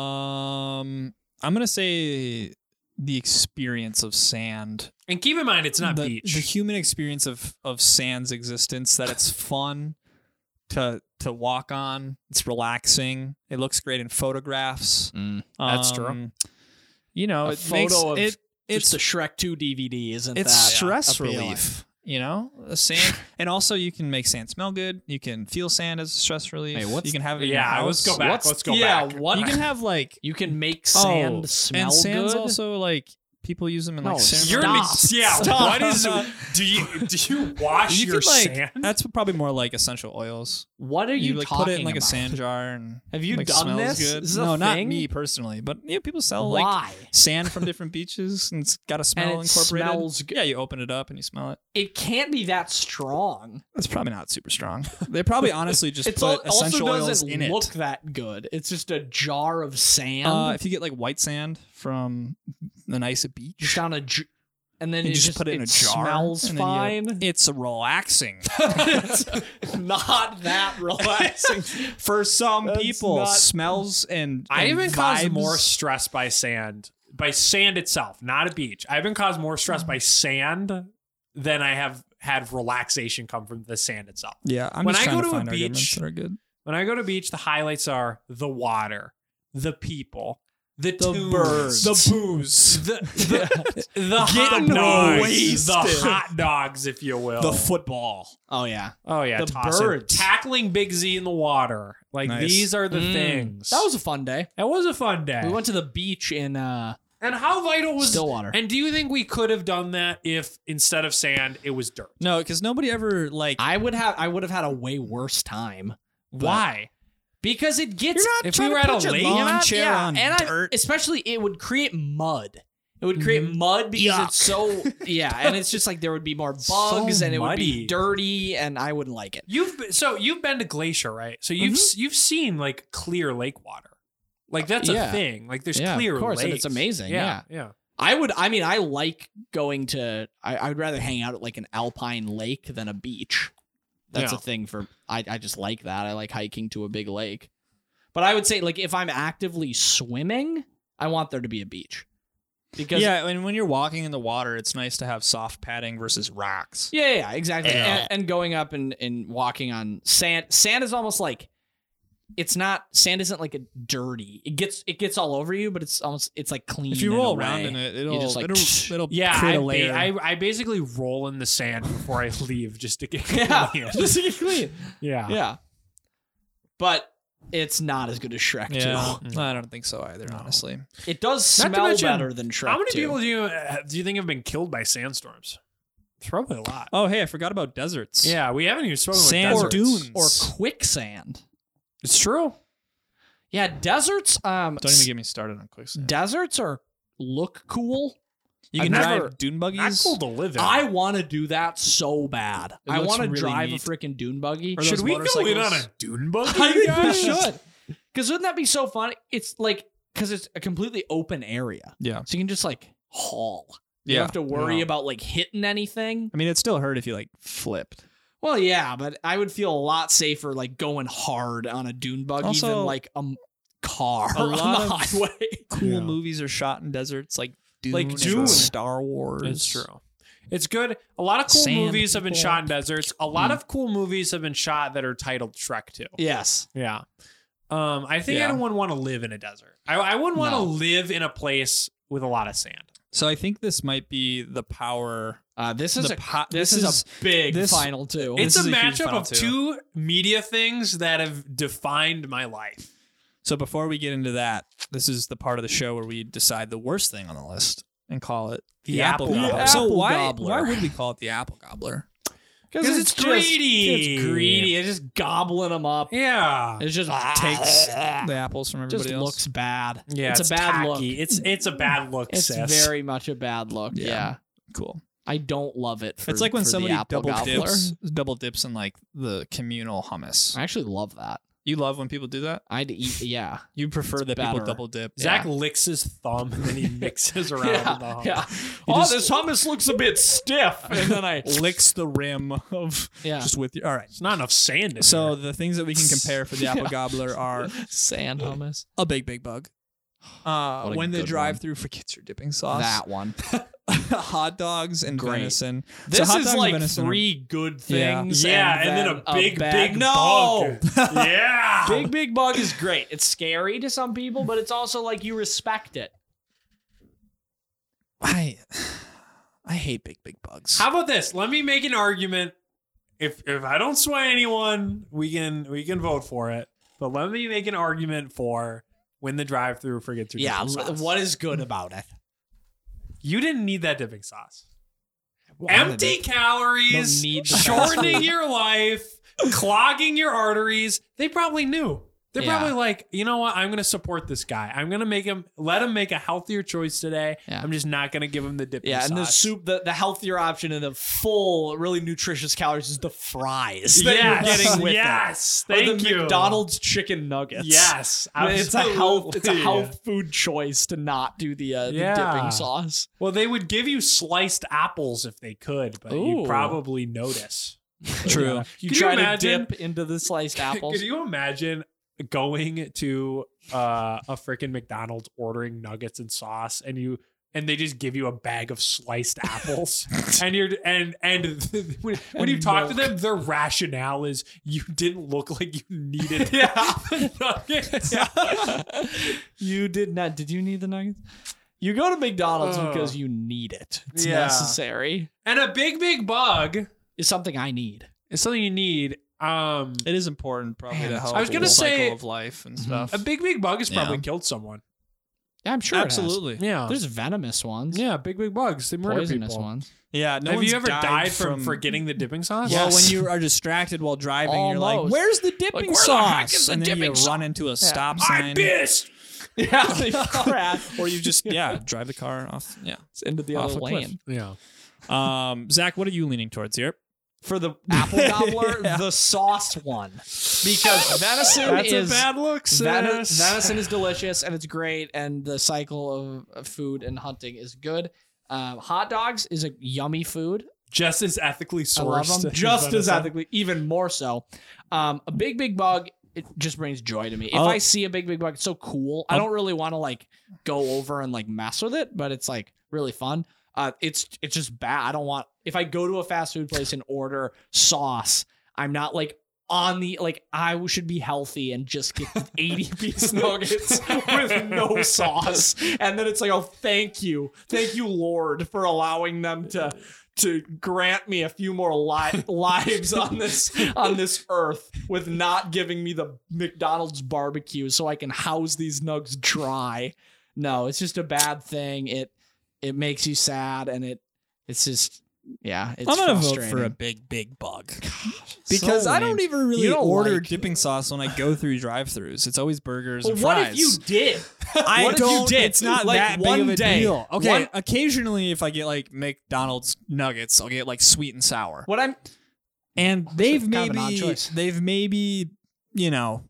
S2: Um, I'm gonna say the experience of sand.
S1: And keep in mind, it's not
S2: the,
S1: beach.
S2: The human experience of of sand's existence. That it's fun to to walk on. It's relaxing. It looks great in photographs.
S3: Mm.
S2: Um,
S1: That's true.
S2: You know,
S3: A
S2: it makes-
S3: photo of
S2: it.
S3: it's
S2: It's
S3: the Shrek Two DVD, isn't
S2: it's
S3: that
S2: stress
S3: appealing?
S2: relief. You know, a sand, and also you can make sand smell good. You can feel sand as stress relief.
S3: Hey, what's-
S2: you can have it. in your
S1: yeah, let's
S2: house.
S1: go back.
S3: What's-
S1: Let's go
S3: yeah,
S1: back.
S3: what-
S2: You can have like
S3: You can make sand
S2: Oh,
S3: smell
S2: and sand's
S3: good.
S2: also like people use them in like
S3: No,
S2: ceremonies.
S1: You're
S3: Stop.
S1: yeah.
S3: Stop.
S1: What is? Do you do you wash
S2: You
S1: your
S2: could, like-
S1: sand?
S2: That's probably more like essential oils.
S3: what are
S2: you
S3: you,
S2: like
S3: talking
S2: put it in like
S3: about?
S2: a sand jar and
S3: Have you
S2: like,
S3: done
S2: smells
S3: this?
S2: Good.
S3: Is this a
S2: no, not
S3: thing?
S2: me personally, but yeah, people sell like
S3: Why?
S2: sand from different beaches and it's got a smell
S3: it
S2: incorporated.
S3: smells good.
S2: Yeah, you open it up and you smell it.
S3: It can't be that strong.
S2: It's probably not super strong. They probably honestly just
S3: It's
S2: put
S3: al- also
S2: essential oils
S3: doesn't
S2: in
S3: look
S2: it.
S3: that good. It's just a jar of sand
S2: Uh, if you get like white sand from an ice beach,
S3: just on a, j- and then
S2: you
S3: it
S2: just, put it in a jar.
S3: Smells
S2: and then you-
S3: fine.
S2: it's relaxing.
S3: it's not that relaxing.
S2: for some
S3: That's
S2: people
S3: not-
S2: smells and
S1: I
S2: and
S1: even caused
S2: vibes.
S1: more stress by sand, by sand itself, not a beach. I even caused more stress
S2: Mm.
S1: by sand than I have had relaxation come from the sand itself.
S2: yeah i'm
S1: When
S2: just
S1: I
S2: trying
S1: go
S2: to,
S1: to a
S2: find arguments
S1: beach-
S2: that are good
S1: When I go to beach, the highlights are the water, the people, the,
S3: The
S1: tunes,
S3: birds.
S1: the
S2: booze
S1: the, the, the hot
S2: Getting
S1: dogs,
S2: wasted.
S1: the hot dogs, if you will.
S2: football
S3: Oh yeah,
S1: oh yeah,
S3: the
S1: toss it.
S3: birds.
S1: tackling Big Z in the water. Like
S2: Nice.
S1: these are the
S3: Mm.
S1: things.
S3: that was a fun day.
S1: that was a fun day.
S3: We went to the beach in uh,
S1: and how vital was
S3: Stillwater.
S1: And do you think we could have done that if instead of sand it was dirt?
S2: no because nobody ever like
S3: I would have I would have had a way worse time.
S1: Why? Because it gets
S2: You're not
S1: if
S2: trying
S1: we
S2: to
S1: were at
S2: put
S1: a
S2: your
S1: lake.
S2: lawn
S1: you're not-
S2: chair on
S3: and
S2: dirt. Mm-hmm.
S3: I, especially it would create mud. It would create mud because
S2: Yuck.
S3: it's so yeah, and it's just like there would be more bugs
S1: So
S3: and it would be
S1: muddy.
S3: dirty, and I wouldn't like it.
S1: You've been, so you've been to Glacier, right? So you've s you've seen like clear lake water, like that's
S3: Yeah.
S1: a thing. Like there's
S3: Yeah, of
S1: clear,
S3: course, and
S1: lakes.
S3: it's amazing,
S1: yeah,
S3: I would. I mean, I like going to. I, I would rather hang out at like an alpine lake than a beach. That's
S1: Yeah.
S3: a thing for. I I just like that. I like hiking to a big lake. But I would say like if I'm actively swimming, I want there to be a beach. Because yeah,
S2: yeah and when you're walking in the water it's nice to have soft padding versus rocks
S3: yeah, yeah, exactly.
S2: Yeah.
S3: And, and going up and and walking on sand. Sand is almost like. It's not sand isn't like a dirty. It gets it gets all over you, but it's almost it's like clean.
S2: if you
S3: in a
S2: roll around
S3: way.
S2: in it it'll
S3: just like,
S2: it'll, it'll
S1: yeah.
S2: create
S1: I,
S2: a layer
S1: ba- I I basically roll in the sand before I leave just to get
S3: yeah,
S1: clean.
S3: just to get clean.
S1: yeah.
S3: Yeah. But it's not as good as Shrek
S2: yeah
S3: 2.
S2: i don't think so either honestly
S3: It does
S1: Not to
S3: smell
S1: mention,
S3: better than Shrek
S1: How many
S3: 2.
S1: people do you uh, do you think have been killed by sandstorms? It's probably a lot.
S2: oh hey i forgot about deserts
S1: Yeah, we haven't even spoken
S2: Sand
S1: about
S2: or
S1: deserts.
S2: dunes.
S3: or quicksand?
S1: It's true.
S3: Yeah, deserts um
S2: don't even get me started on quicksand
S3: deserts are look cool.
S2: you
S1: I've
S2: can
S1: never-
S2: drive dune
S1: Not
S2: buggies
S1: cool to live in.
S3: I want to do that so bad.
S2: It
S3: I
S2: looks
S3: want to
S2: really
S3: drive
S2: neat.
S3: a freaking dune buggy.
S2: Or
S1: should
S2: those
S1: we go in on
S2: motorcycles.
S1: a dune buggy?
S3: I think we
S1: guys?
S3: should. Cuz wouldn't that be so fun? It's like cuz it's a completely open area.
S2: yeah
S3: So you can just like haul. You
S2: Yeah.
S3: don't have to worry
S1: Yeah.
S3: about like hitting anything.
S2: I mean, it still hurt if you like flipped.
S3: Well, yeah, but I would feel a lot safer like going hard on a dune bug,
S2: Also-
S3: even like a m- car
S2: A
S3: on the
S2: lot of-
S3: highway.
S2: Cool
S1: Yeah.
S2: movies are shot in deserts, like Dune,
S1: Like
S2: and
S1: Dune.
S2: Star Wars.
S1: It's true. It's good. A lot of cool
S2: Sand
S1: movies have been
S2: people.
S1: shot in deserts. A
S3: Mm.
S1: lot of cool movies have been shot that are titled Shrek 2.
S3: yes.
S1: Yeah. Um, I think
S3: Yeah.
S1: I wouldn't want to live in a desert. I, I wouldn't want to
S3: No.
S1: live in a place with a lot of sand.
S2: So I think this might be the power.
S3: Uh, this is
S2: the
S3: a
S2: po-
S3: this, is, a big
S2: this-
S3: final two.
S1: It's a
S2: this is a huge
S1: matchup
S2: final
S1: of
S2: two.
S1: two media things that have defined my life.
S2: So before we get into that, this is the part of the show where we decide the worst thing on the list and call it the,
S1: The
S2: apple,
S1: apple
S2: gobbler.
S1: gobbler.
S2: So
S3: Apple
S2: why
S3: gobbler.
S2: why would we call it the apple gobbler?
S1: Because it's, greedy.
S3: It's greedy. It's just gobbling them up.
S1: Yeah.
S3: It Ah. just
S2: Takes
S3: takes
S2: the apples from everybody
S3: just
S2: else.
S3: looks bad.
S1: Yeah.
S3: It's a bad
S1: tacky.
S3: look.
S1: It's it's a bad look,
S3: It's
S1: sis.
S3: very much a bad look.
S2: Yeah.
S3: Yeah.
S2: cool.
S3: I don't love it. For,
S2: it's like when
S3: for the
S2: somebody
S3: apple
S2: double
S3: gobbler.
S2: dips, double dips in like the communal hummus.
S3: I actually love that.
S2: You love when people do that.
S3: I'd eat. Yeah.
S2: You prefer that
S3: better.
S2: people double dip.
S1: Zach licks his thumb and then he mixes around in the Oh,
S3: yeah.
S1: hum.
S3: yeah. Oh,
S2: You just-
S3: this hummus looks a bit stiff. And then I.
S2: licks the rim of
S3: Yeah.
S2: just with your. All right.
S1: It's not enough sand in
S2: So
S1: here.
S2: the things that we can compare for the apple
S3: Yeah.
S2: gobbler are
S3: Sand hummus.
S2: a big big bug. Uh,
S3: What a
S2: when the
S3: good one.
S2: drive through for kids are dipping sauce,
S3: That one.
S2: hot dogs and
S3: Great.
S2: venison. So
S3: This
S2: hot
S3: is
S2: dog and
S3: like
S2: venison are-
S3: three good
S2: Yeah.
S3: things.
S1: yeah, and, then, a big
S3: bad-
S1: big
S3: no.
S1: bug. yeah,
S3: Big Big Bug is great. It's scary to some people, but it's also like you respect it.
S2: I, I hate big big bugs.
S1: How about this? Let me make an argument. If if I don't sway anyone, we can we can vote for it. But let me make an argument for when the drive through forgets your dipping sauce.
S3: is good about it?
S1: you didn't need that dipping sauce.
S3: I'm
S1: Empty
S3: a-
S1: calories,
S3: Don't need the
S1: shortening your life, clogging your arteries. They probably knew. They're
S3: Yeah.
S1: probably like, you know what? I'm going to support this guy. I'm going to make him let him make a healthier choice today.
S3: Yeah.
S1: I'm just not going to give him the dipping
S3: Yeah,
S1: sauce.
S3: and the soup, the, the healthier option and the full, really nutritious calories is the fries that
S1: yes,
S3: you're getting with
S1: yes.
S3: it.
S1: Thank
S3: or the
S1: you,
S3: McDonald's chicken nuggets.
S1: Yes,
S3: It's a health it's a
S1: absolutely.
S3: health food choice to not do the, uh,
S1: Yeah.
S3: the dipping sauce.
S1: Well, they would give you sliced apples if they could, but
S3: Ooh.
S1: you'd probably notice.
S2: True.
S3: You
S1: Could you
S3: try to
S1: imagine-
S3: dip into the sliced apples.
S1: Could you imagine going to uh, a freaking McDonald's ordering nuggets and sauce, and you and they just give you a bag of sliced apples, and you're and and when, when you
S3: And
S1: talk to them, their rationale is you didn't look like you needed
S3: yeah.
S1: the nuggets.
S3: you did not. Did you need the nuggets? You go to McDonald's
S1: Ugh.
S3: because you need it. It's
S1: Yeah.
S3: necessary.
S1: And a big big bug
S3: It's something I need.
S1: is something you need. Um,
S2: It is important, probably
S3: Man,
S2: to help.
S1: I was
S2: with
S1: gonna
S2: the cycle
S1: say-
S2: of life and stuff.
S1: a big big bug has
S2: Yeah.
S1: probably killed someone.
S3: Yeah, I'm sure. it has.
S2: Absolutely.
S1: Yeah.
S3: There's venomous ones.
S1: yeah, big big bugs. They murder
S3: poisonous
S1: people.
S3: ones.
S2: Yeah. No
S1: Have
S2: one's
S1: you ever died, from, forgetting the dipping sauce?
S2: Well,
S3: Yes.
S2: when you are distracted while driving, you're like,
S3: Almost.
S2: "Where's the dipping
S3: where the heck
S2: sauce?"
S3: is the
S2: and then you
S3: dipping sauce?
S2: run into a stop
S1: I
S2: sign,
S1: pissed.
S3: Yeah, they crash
S2: or you just yeah drive the car off. Yeah.
S3: into the
S2: Off
S3: other
S2: a cliff.
S3: lane.
S1: Yeah.
S2: Um, Zach, what are you leaning towards here?
S3: For the apple gobbler, the sauce one, because venison
S1: That's
S3: is
S1: a bad look, sis.
S3: veni- venison is delicious and it's great, and the cycle of, of food and hunting is good. Um, hot dogs is a yummy food.
S1: just as ethically sourced.
S3: I love them.
S1: as
S3: Just as
S1: venison.
S3: ethically, even more so. Um, a big, big bug, it just brings joy to me. If
S2: I'll-
S3: I see a big, big bug, it's so cool. I don't really want to like go over and like mess with it, but it's like really fun. Uh, it's it's just bad. I don't want if I go to a fast food place and order sauce, I'm not like on the like I should be healthy and just get 80 piece nuggets with no sauce. And then it's like, oh, thank you. Thank you, Lord, for allowing them to to grant me a few more li- lives on this on this earth with not giving me the McDonald's barbecue so I can house these nugs dry. No, it's just a bad thing. It it makes you sad and it it's just yeah, it's
S2: I'm gonna vote
S3: frustrating.
S2: for a big, big bug because
S3: So
S2: I don't
S3: lame.
S2: even really
S3: You don't
S2: order
S3: like-
S2: dipping sauce when I go through drive-throughs. It's always burgers
S3: But
S2: and
S3: what
S2: fries.
S3: if you did?
S2: I
S3: What if you
S2: don't.
S3: did?
S2: It's not
S3: Like,
S2: that big
S3: one
S2: of a
S3: day.
S2: deal. Okay.
S3: One-
S2: occasionally, if I get like McDonald's nuggets, I'll get like sweet and sour.
S3: What I'm
S2: And they've
S3: Kind of an odd
S2: maybe
S3: choice.
S2: they've maybe you know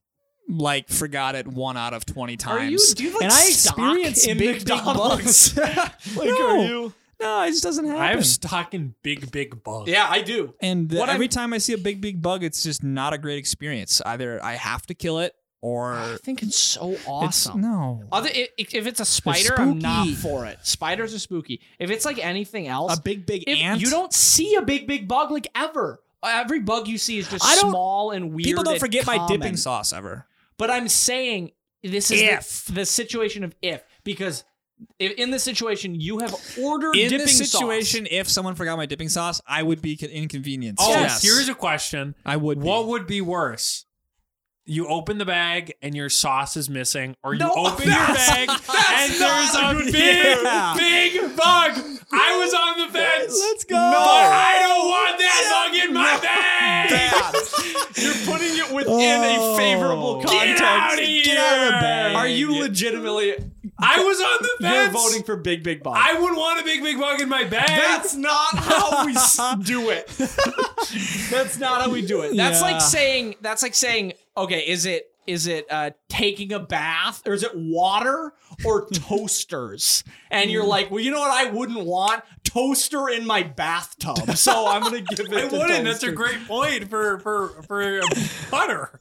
S2: like forgot it one out of twenty times.
S3: do you have, like,
S2: and I
S3: stock
S2: experience
S3: in
S2: big, big
S3: McDonald's?
S2: bugs.
S3: like,
S2: No.
S3: are you?
S2: No, it just doesn't happen.
S1: I have stock in big, big bugs.
S3: Yeah, I do.
S2: and uh,
S3: What I-
S2: every time I see a big, big bug, it's just not a great experience. Either I have to kill it
S3: I
S2: or
S3: think it's so
S2: it's
S3: Ah, awesome.
S2: no.
S3: Other, i- i- if it's a spider, I'm not
S2: spooky.
S3: for it. Spiders are spooky. If it's like anything else,
S2: A big, big
S3: if
S2: ant.
S3: you don't see a big, big bug like ever. Every bug you see is just
S2: I don't-
S3: small and weird.
S2: People don't
S3: and
S2: forget my
S3: common.
S2: dipping sauce ever.
S3: But I'm saying this is
S1: If.
S3: The, the situation of if because if, in this situation you have ordered
S2: In
S3: dipping
S2: this
S3: sauce.
S2: situation, if someone forgot my dipping sauce, I would be con- inconvenienced.
S1: Oh,
S3: Yes.
S1: here's a question.
S2: I would.
S1: What
S2: be.
S1: would be worse? You open the bag and your sauce is missing, or you
S3: No,
S1: open your
S3: that's-
S1: bag and there's
S2: not
S1: a
S2: good-
S1: big,
S2: Yeah.
S1: big bug. I was on the fence.
S2: Let's go.
S1: But I don't want that bug in my bag.
S3: You're putting it within a favorable
S1: Oh. Get
S3: context.
S1: outta
S2: Get out of
S1: here.
S2: the bag.
S3: Are you legitimately
S1: I was on the
S3: you're
S1: fence.
S3: voting for Big Big Bob?
S1: I would want a big, big bug in my bag.
S3: That's not how we s- do it. that's not how we do it. That's
S2: Yeah.
S3: like saying that's like saying, okay, is it is it uh, taking a bath or is it water or toasters? And you're like, well, you know what? I wouldn't want toaster in my bathtub, so I'm gonna give it.
S1: I
S3: to
S1: wouldn't. That's a
S3: toaster.
S1: great point for for for butter.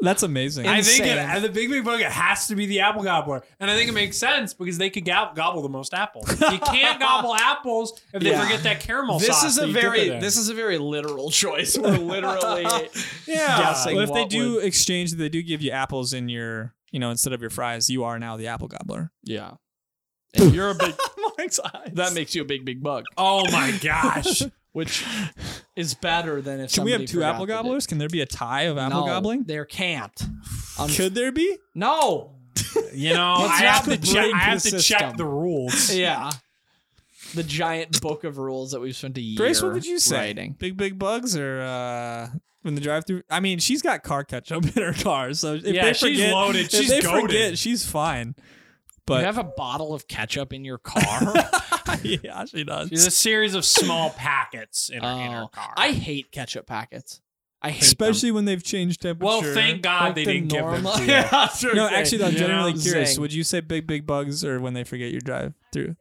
S2: That's amazing.
S1: I think it,
S3: Insane.
S1: uh, the Big Big Bug it has to be the apple gobbler, and I think it makes sense because they could gob- gobble the most apples. You can't gobble apples if they
S3: Yeah.
S1: forget that caramel
S3: This
S1: sauce.
S3: is a
S1: that you dip it
S3: very
S1: in.
S3: this is a very literal choice. We're literally
S1: yeah.
S3: guessing.
S2: well, if they
S3: what
S2: do exchange, they do give you apples in your, you know, instead of your fries, you are now the apple gobbler.
S3: yeah. And you're a big
S2: Mike's eyes.
S3: that makes you a big big bug.
S1: Oh my gosh!
S3: which is better than if
S2: Can we have
S3: somebody
S2: two
S3: forgot
S2: apple
S3: that it-
S2: gobblers? Can there be a tie of apple
S3: no,
S2: gobbling?
S3: There can't. Um,
S2: Could there be?
S3: no.
S1: You know, I
S3: Let's
S1: have to
S3: not
S1: check.
S3: break
S1: I have
S3: the
S1: to check
S3: system.
S1: the rules.
S3: Yeah. The giant book of rules that we've spent a year
S2: Grace, what would you say?
S3: writing.
S2: Big big bugs or uh in the drive through? I mean, she's got car ketchup in her car, so if
S1: Yeah,
S2: they
S1: she's
S2: forget,
S1: loaded.
S2: if
S1: She's
S2: they
S1: goated.
S2: forget, she's fine.
S3: you
S2: But
S3: have a bottle of ketchup in your car.
S2: yeah, she
S1: There's
S2: does.
S1: a series of small packets in, her, in her
S3: Oh,
S1: car.
S3: I hate ketchup packets. I hate
S2: Especially when they've changed temperature.
S1: well, thank God
S3: like
S1: they
S3: the
S1: didn't give them.
S3: normal-
S1: To you.
S3: Yeah, I was gonna
S2: No,
S3: say.
S2: actually, though, I'm
S1: You know
S2: genuinely
S3: what I'm
S2: curious.
S3: saying?
S2: Would you say big big bugs or when they forget your drive through?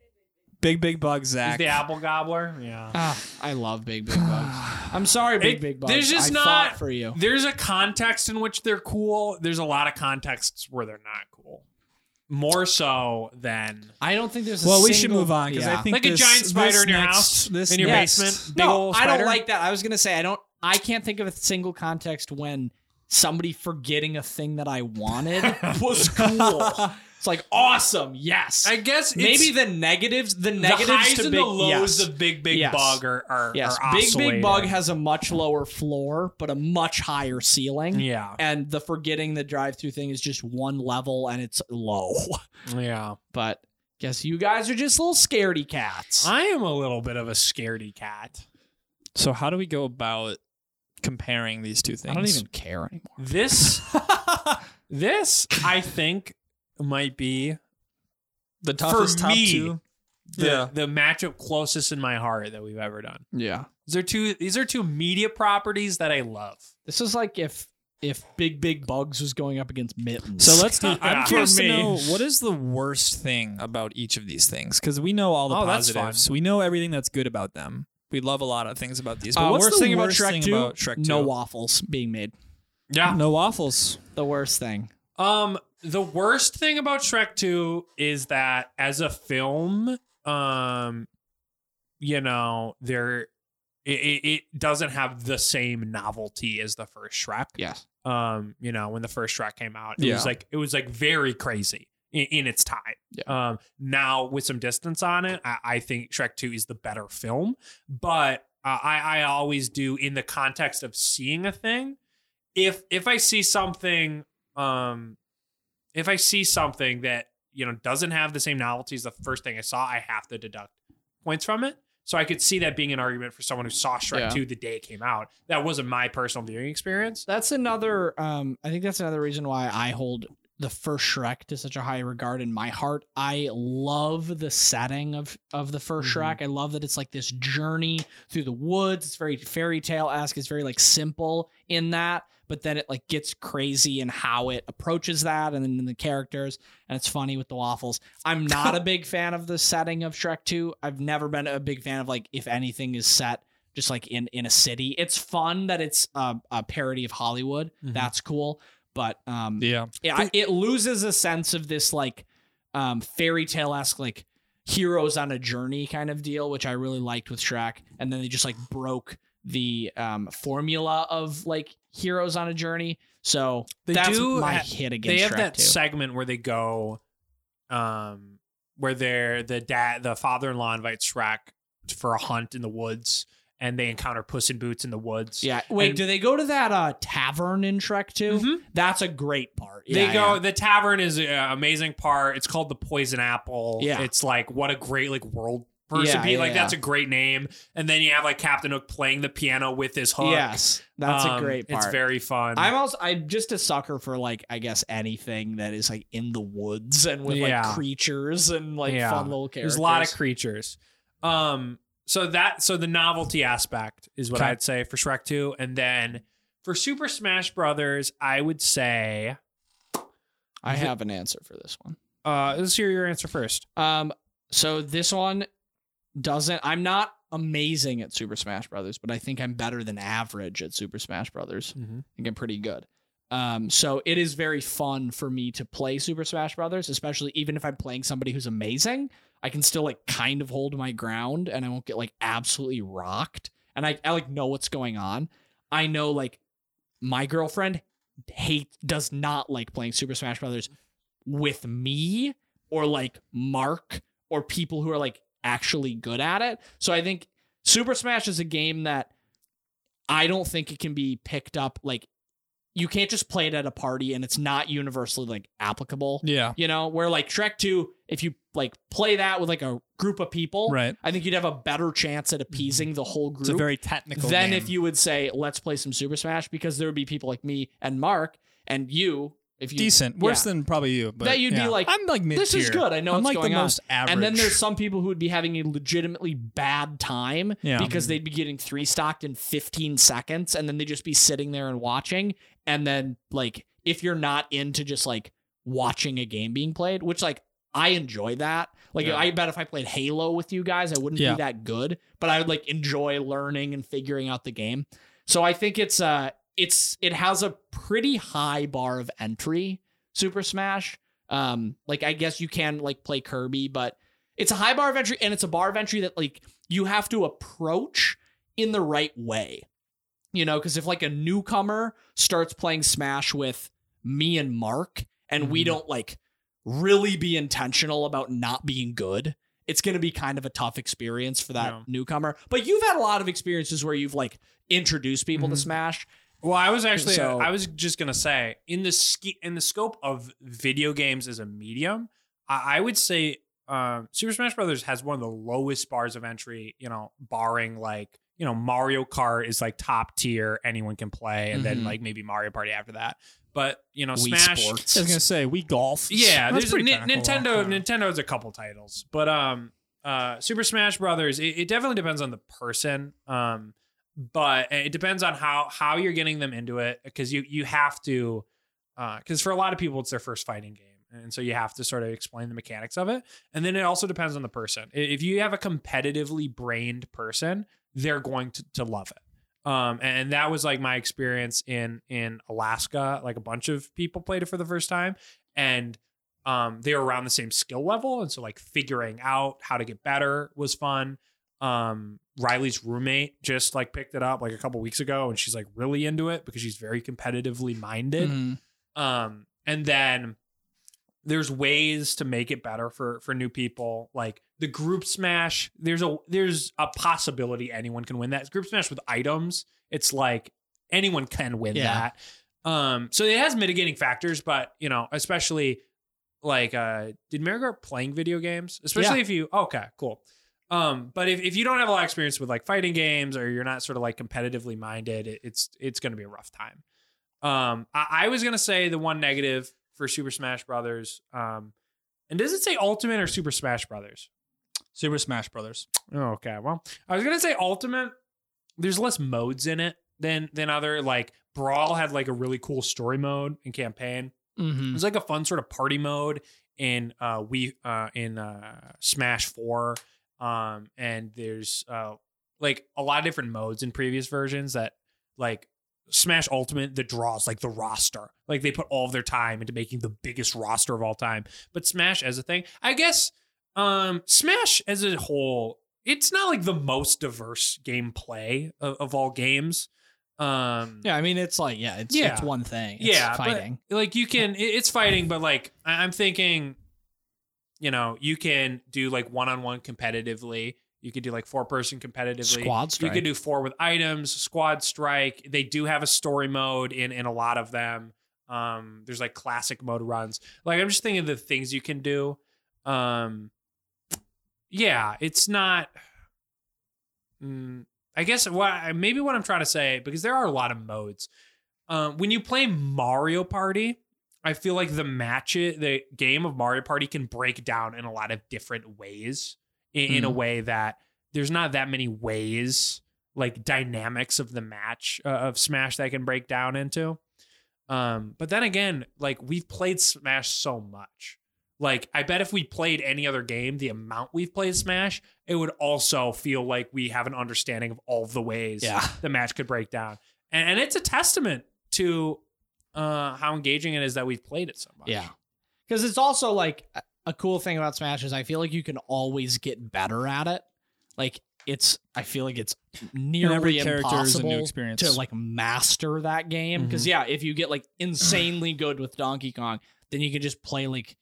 S2: Big big bugs,
S1: Is
S2: Zach.
S1: the apple gobbler? Yeah.
S3: Ah, I love big big bugs. I'm sorry, big
S1: It-
S3: big bugs.
S1: there's just
S3: I
S1: not-
S3: fought for you.
S1: There's a context in which they're cool. There's a lot of contexts where they're not cool. More so than
S3: I don't think there's. A
S2: well, we should
S3: single-
S2: move on because
S3: Yeah.
S2: I think
S1: Like a
S2: this-
S1: giant spider
S2: this
S1: in your
S2: next-
S1: house,
S2: this
S1: in your
S2: next-
S1: basement, big
S3: No,
S1: old
S3: I
S1: spider.
S3: don't like that. I was gonna say I don't. I can't think of a single context when somebody forgetting a thing that I wanted was cool. It's like awesome. Yes.
S1: I guess it's-
S3: Maybe the negatives. The negatives
S1: the highs
S3: to
S1: and
S3: big,
S1: the lows
S3: Yes.
S1: of Big Big
S3: Yes.
S1: Bug are, are,
S3: Yes.
S1: are
S3: big big bug
S1: oscillating.
S3: has a much lower floor, but a much higher ceiling.
S1: yeah
S3: And the forgetting the drive-through thing is just one level, and it's low.
S1: yeah.
S3: But guess you guys are just little scaredy cats.
S1: I am a little bit of a scaredy cat.
S2: So how do we go about comparing these two things?
S3: I don't even care anymore.
S1: This this I think might be
S2: the
S1: toughest top
S2: me,
S1: two. the,
S2: Yeah.
S1: the matchup closest in my heart that we've ever done.
S3: Yeah.
S1: These are two these are two media properties that I love.
S3: This is like if if Big Big Bugs was going up against Mittens.
S2: So let's. Not,
S1: Yeah.
S2: I'm curious
S1: For
S2: to
S1: me.
S2: know what is the worst thing about each of these things because we know all the
S1: Oh, that's
S2: positives. We know everything that's good about them. We love a lot of things about these. But
S3: Uh,
S2: what's
S3: worst
S2: the
S3: thing about
S2: worst
S3: Shrek
S2: thing
S3: 2?
S2: about Shrek Two?
S3: no waffles being made.
S1: Yeah.
S2: no waffles.
S3: The worst thing.
S1: Um, the worst thing about Shrek 2 is that as a film, um, you know, there it, it it doesn't have the same novelty as the first Shrek.
S3: Yes.
S1: Um, you know, when the first Shrek came out, it
S2: Yeah.
S1: was like it was like very crazy in, in its time.
S3: Yeah.
S1: Um, now with some distance on it, I, I think Shrek 2 is the better film, but uh, I I always do in the context of seeing a thing. If if I see something um if I see something that you know doesn't have the same novelty as the first thing I saw, I have to deduct points from it. So I could see that being an argument for someone who saw Shrek
S3: Yeah.
S1: 2 the day it came out. That wasn't my personal viewing experience.
S3: That's another um I think that's another reason why I hold the first Shrek to such a high regard in my heart. I love the setting of of the 1st
S2: Mm-hmm.
S3: Shrek. I love that it's like this journey through the woods. It's very fairy tale esque. It's very like simple in that, but then it like gets crazy in how it approaches that, and then in the characters, and it's funny with the waffles. I'm not a big fan of the setting of Shrek Two. I've never been a big fan of like if anything is set just like in in a city. It's fun that it's a, a parody of Hollywood.
S1: Mhm.
S3: That's cool. But um,
S2: Yeah.
S3: yeah, I- it loses a sense of this like um, fairy tale esque like heroes on a journey kind of deal, which I really liked with Shrek. And then they just like broke the um, formula of like heroes on a journey. So
S1: They
S3: that's
S1: do
S3: my
S1: ha-
S3: hit against
S1: they have
S3: Shrek
S1: that
S3: too.
S1: segment where they go um where they're the dad the father-in-law invites Shrek for a hunt in the woods and they encounter Puss in Boots in the woods.
S3: yeah. Wait,
S1: and-
S3: do they go to that uh, tavern in Shrek too?
S1: Mhm.
S3: That's a great part.
S1: They
S3: Yeah,
S1: go
S3: yeah.
S1: the tavern is an amazing part. It's called the Poison Apple.
S3: Yeah.
S1: It's like what a great like world person
S3: Yeah,
S1: be
S3: yeah,
S1: like
S3: yeah.
S1: that's a great name. And then you have like Captain Hook playing the piano with his hook.
S3: Yes, that's a
S1: Um,
S3: great part.
S1: It's very fun.
S3: I'm also I'm just a sucker for like I guess anything that is like in the woods and with
S1: Yeah.
S3: like creatures and like
S1: Yeah.
S3: fun little characters.
S1: There's a lot of creatures. Um, so that so the novelty aspect is what
S2: Okay.
S1: I'd say for Shrek 2. And then for Super Smash Brothers, I would say
S3: I have an answer for this one.
S1: uh let's hear your answer first.
S3: Um, so this one doesn't. I'm not amazing at Super Smash Brothers, but I think I'm better than average at Super Smash Brothers.
S1: Mhm.
S3: I think I'm pretty good. Um, so it is very fun for me to play Super Smash Brothers, especially even if I'm playing somebody who's amazing. I can still like kind of hold my ground, and I won't get like absolutely rocked. And I, I like know what's going on. I know like my girlfriend hate does not like playing Super Smash Brothers with me or like Mark or people who are like actually good at it. So I think Super Smash is a game that I don't think it can be picked up like you can't just play it at a party and it's not universally like applicable.
S2: Yeah.
S3: You know, where like Shrek 2, if you like play that with like a group of people,
S2: Right.
S3: I think you'd have a better chance at appeasing the whole group
S2: It's a very technical.
S3: then
S2: game.
S3: if you would say let's play some super smash because there would be people like me and mark and you if you
S2: decent, worse
S3: yeah.
S2: than probably you, but
S3: That you'd be
S2: yeah.
S3: like,
S2: I'm like mid.
S3: this is good i know
S2: I'm
S3: what's
S2: like
S3: going
S2: the
S3: on
S2: most average.
S3: and then there's some people who would be having a legitimately bad time
S2: Yeah.
S3: because they'd be getting three stocked in 15 seconds and then they'd just be sitting there and watching and then like if you're not into just like watching a game being played which like I enjoy that. Like
S1: Yeah.
S3: I bet if I played Halo with you guys, I wouldn't
S2: Yeah.
S3: be that good, but I would like enjoy learning and figuring out the game. So I think it's uh it's it has a pretty high bar of entry, Super Smash. Um like I guess you can like play Kirby, but it's a high bar of entry and it's a bar of entry that like you have to approach in the right way. You know, because if like a newcomer starts playing Smash with me and Mark and
S2: Mm-hmm.
S3: we
S1: Mhm.
S3: don't like really be intentional about not being good, it's going to be kind of a tough experience for that
S1: Yeah.
S3: newcomer. But you've had a lot of experiences where you've like introduced people to
S2: Mm-hmm.
S1: Mhm.
S3: Smash.
S1: Well, I was actually
S3: So-
S1: I was just gonna say in the ski in the scope of video games as a medium, I, I would say um, Super Smash Brothers has one of the lowest bars of entry. You know, barring like you know Mario Kart is like top tier, anyone can play, and then
S3: Mhm.
S1: like maybe Mario Party after that. But you know,
S3: Wii
S1: Smash.
S3: Sports.
S2: I was gonna say we golf.
S1: Yeah,
S2: That's
S1: there's
S2: pretty Uh-huh.
S1: Ni-
S2: technical.
S1: Nintendo.
S2: Yeah.
S1: Nintendo's a couple titles, but um, uh, Super Smash Brothers. It, it definitely depends on the person. Um, but it depends on how how you're getting them into it because you you have to, because for a lot of people it's their first fighting game, and so you have to sort of explain the mechanics of it. And then it also depends on the person. I- If you have a competitively brained person, they're going to, to love it. Um, and that was like my experience in in Alaska. Like a bunch of people played it for the first time, and um, they were around the same skill level, and so like figuring out how to get better was fun. Um, Riley's roommate just like picked it up like a couple weeks ago, and she's like really into it because she's very competitively minded.
S2: Mm-hmm.
S1: Um, and then there's ways to make it better for for new people. Like the group smash, there's a there's a possibility anyone can win that. Group smash with items, it's like anyone can win
S3: Yeah.
S1: that. Um, so it has mitigating factors, but you know, especially like uh did Mary grow up playing video games? Especially if you oh, okay, cool. Um, but if, if you don't have a lot of experience with like fighting games or you're not sort of like competitively minded, it, it's it's gonna be a rough time. Um, I, I was gonna say the one negative for Super Smash Brothers. Um, and does it say Ultimate or Super Smash Brothers?
S2: Super Smash Brothers.
S1: Oh, okay. Well, I was gonna say Ultimate. There's less modes in it than than other. Like Brawl had like a really cool story mode and campaign. It
S3: Mm-hmm.
S1: was like a fun sort of party mode in uh we uh in uh Smash Four. Um, and there's uh like a lot of different modes in previous versions that like Smash Ultimate that draws like the roster. Like they put all of their time into making the biggest roster of all time. But Smash as a thing, I guess um Smash as a whole, it's not like the most diverse gameplay of, of all games. Um
S3: Yeah, I mean it's like yeah, it's
S1: Yeah.
S3: it's one thing. It's
S1: Yeah, but-
S3: fighting.
S1: like you can it- it's fighting but like I- i'm thinking you know you can do like one-on-one competitively you could do like four person competitively
S3: Squad strike.
S1: you could do four with items squad strike they do have a story mode in in a lot of them um there's like classic mode runs like i'm just thinking of the things you can do um yeah it's not Mm, i guess what I- maybe what i'm trying to say because there are a lot of modes um, when you play Mario Party, I feel like the match, the game of Mario Party can break down in a lot of different ways. In, in a way that there's not that many ways, like dynamics of the match uh, of Smash that I can break down into. Um, but then again, like we've played Smash so much. Like I bet if we played any other game, the amount we've played Smash, it would also feel like we have an understanding of all the ways
S3: Yeah.
S1: the match could break down. And, and it's a testament to uh, how engaging it is that we've played it so much.
S3: Yeah. Because it's also like a- a cool thing about Smash is I feel like you can always get better at it. Like it's, I feel like it's nearly
S2: every character
S3: impossible
S2: is a new experience.
S3: to like master that game.
S1: Mm-hmm.
S3: Because yeah, if you get like insanely good with Donkey Kong, then you can just play like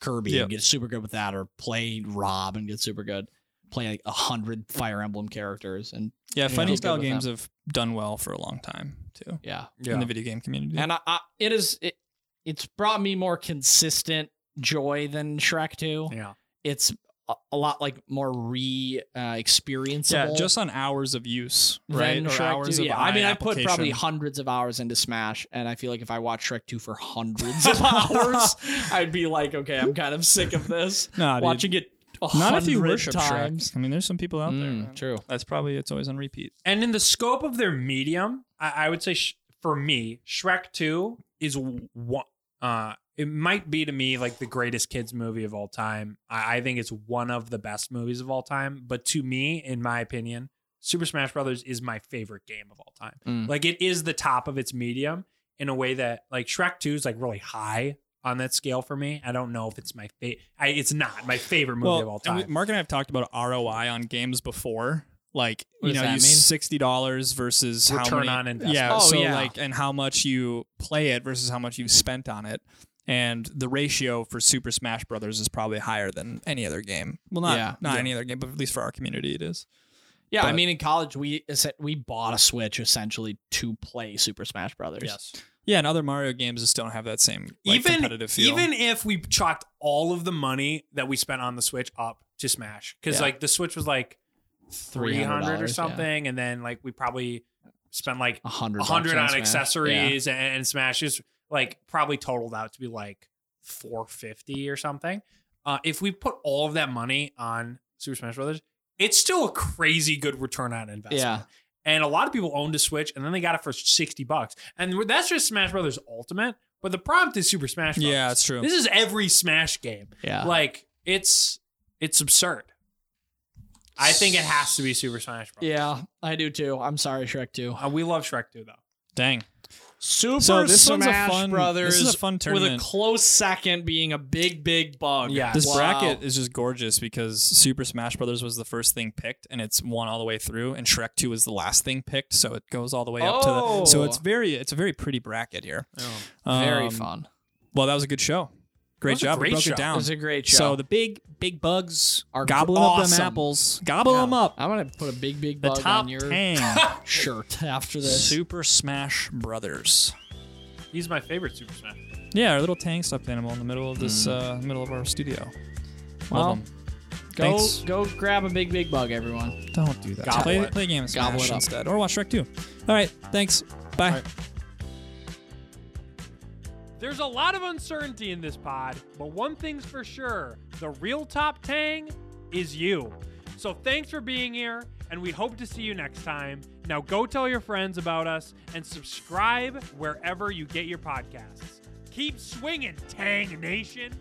S3: Kirby
S2: Yeah.
S3: and get super good with that, or play Rob and get super good. Play like a hundred Fire Emblem characters, and
S2: Yeah,
S3: Yeah.
S2: fighting
S3: Feel good
S2: style
S3: with
S2: games have done well for a long time too
S3: yeah,
S2: in the video game community.
S3: and I, I it is it, it's brought me more consistent joy than Shrek Two.
S1: Yeah.
S3: it's a, a lot like more re uh,
S2: yeah,
S3: experienceable.
S2: just on hours of use,
S3: than
S2: right? Or
S3: Shrek
S2: hours
S3: 2.
S2: of
S3: yeah. I mean,
S2: eye
S3: I put probably
S2: application.
S3: hundreds of hours into Smash, and I feel like if I watched Shrek Two for hundreds of hours, I'd be like, okay, I'm kind of sick of this.
S2: Nah, dude.
S3: Watching it a
S2: Not if you
S3: hundred
S2: worship
S3: times.
S2: Shrek. I mean, there's some people out there.
S3: Mm,
S2: man.
S3: true.
S2: That's probably it's always on repeat.
S1: And in the scope of their medium, I, I would say sh- for me, Shrek 2 is w- one. Uh, it might be to me like the greatest kids movie of all time. I, I think it's one of the best movies of all time. But to me, in my opinion, Super Smash Brothers is my favorite game of all time.
S3: Mm.
S1: Like it is the top of its medium in a way that like Shrek 2 is like really high on that scale for me. I don't know if it's my favorite. It's not my favorite movie of all
S2: and
S1: time.
S2: we- Mark and I have talked about ROI on games before. Like
S3: What
S2: you know,
S3: does
S2: you
S3: that mean?
S2: sixty dollars versus how
S1: Return
S2: many,
S1: on investment.
S2: Yeah,
S3: Oh,
S2: so
S3: yeah.
S2: like and how much you play it versus how much you've spent on it, and the ratio for Super Smash Brothers is probably higher than any other game. Well, not
S3: Yeah.
S2: not any other game, but at least for our community, it is.
S3: Yeah, I
S2: But-
S3: mean, in college, we es- we bought a Switch essentially to play Super Smash Brothers.
S2: Yeah, and other Mario games just don't have that same like, competitive feel.
S1: even if we chalked all of the money that we spent on the Switch up to Smash, because
S3: Yeah.
S1: like the Switch was like three hundred
S3: $300,
S1: or
S3: yeah.
S1: something, and then like we probably spent like
S3: a hundred
S1: a
S3: bucks
S1: hundred on
S3: Smash. Yeah.
S1: accessories and, and Smash is like probably totaled out to be like four fifty or something. Uh, if we put all of that money on Super Smash Brothers, it's still a crazy good return on investment.
S3: Yeah.
S1: And a lot of people owned a Switch and then they got it for 60 bucks. And that's just Smash Brothers Ultimate, but the prompt is Super Smash Brothers.
S2: yeah, it's true. Uh-huh.
S1: This is every Smash game.
S3: Yeah.
S1: Like it's it's absurd. I think it has to be Super Smash Bros.
S3: yeah, I do too. I'm sorry, Shrek 2.
S1: Uh, we love Shrek 2 though.
S2: Dang.
S3: Super
S2: So this
S3: Smash
S2: one's a fun.
S3: Brothers
S2: this is a fun
S3: with
S2: tournament.
S3: a close second being a big, big bug.
S1: Yeah.
S2: This
S3: Wow.
S2: bracket is just gorgeous because Super Smash Brothers was the first thing picked, and it's won all the way through, and Shrek Two is the last thing picked, so it goes all the way up to the. So
S3: Oh.
S2: it's very, it's a very pretty bracket here.
S3: Very
S2: Um,
S3: fun.
S2: Well, that was a good show.
S1: That
S2: Great
S1: was a
S2: job. We
S1: great
S2: broke
S1: show.
S2: it down.
S3: It was a great show.
S2: So the big, big bugs
S3: Are
S2: are gobbling up
S3: awesome.
S2: them apples. Gobble them up.
S3: I'm gonna put a big, big
S2: The
S3: bug
S2: top
S3: on your
S2: ten.
S3: shirt after this.
S2: Super Smash Brothers.
S1: He's my favorite Super Smash.
S2: Yeah, our little tank stuffed animal in the middle of this, uh, middle of our studio.
S3: Mm. Well,
S2: Love 'em.
S3: go,
S2: thanks.
S3: go grab a big, big bug, everyone.
S2: Don't do that.
S1: Gobble
S2: play,
S1: it.
S2: play a game of
S3: Gobble
S2: Smash
S3: it up.
S2: instead, or watch Shrek 2. All right, thanks. Bye.
S1: There's a lot of uncertainty in this pod, but one thing's for sure the real top tang is you. So thanks for being here, and we hope to see you next time. Now go tell your friends about us and subscribe wherever you get your podcasts. Keep swinging, Tang Nation.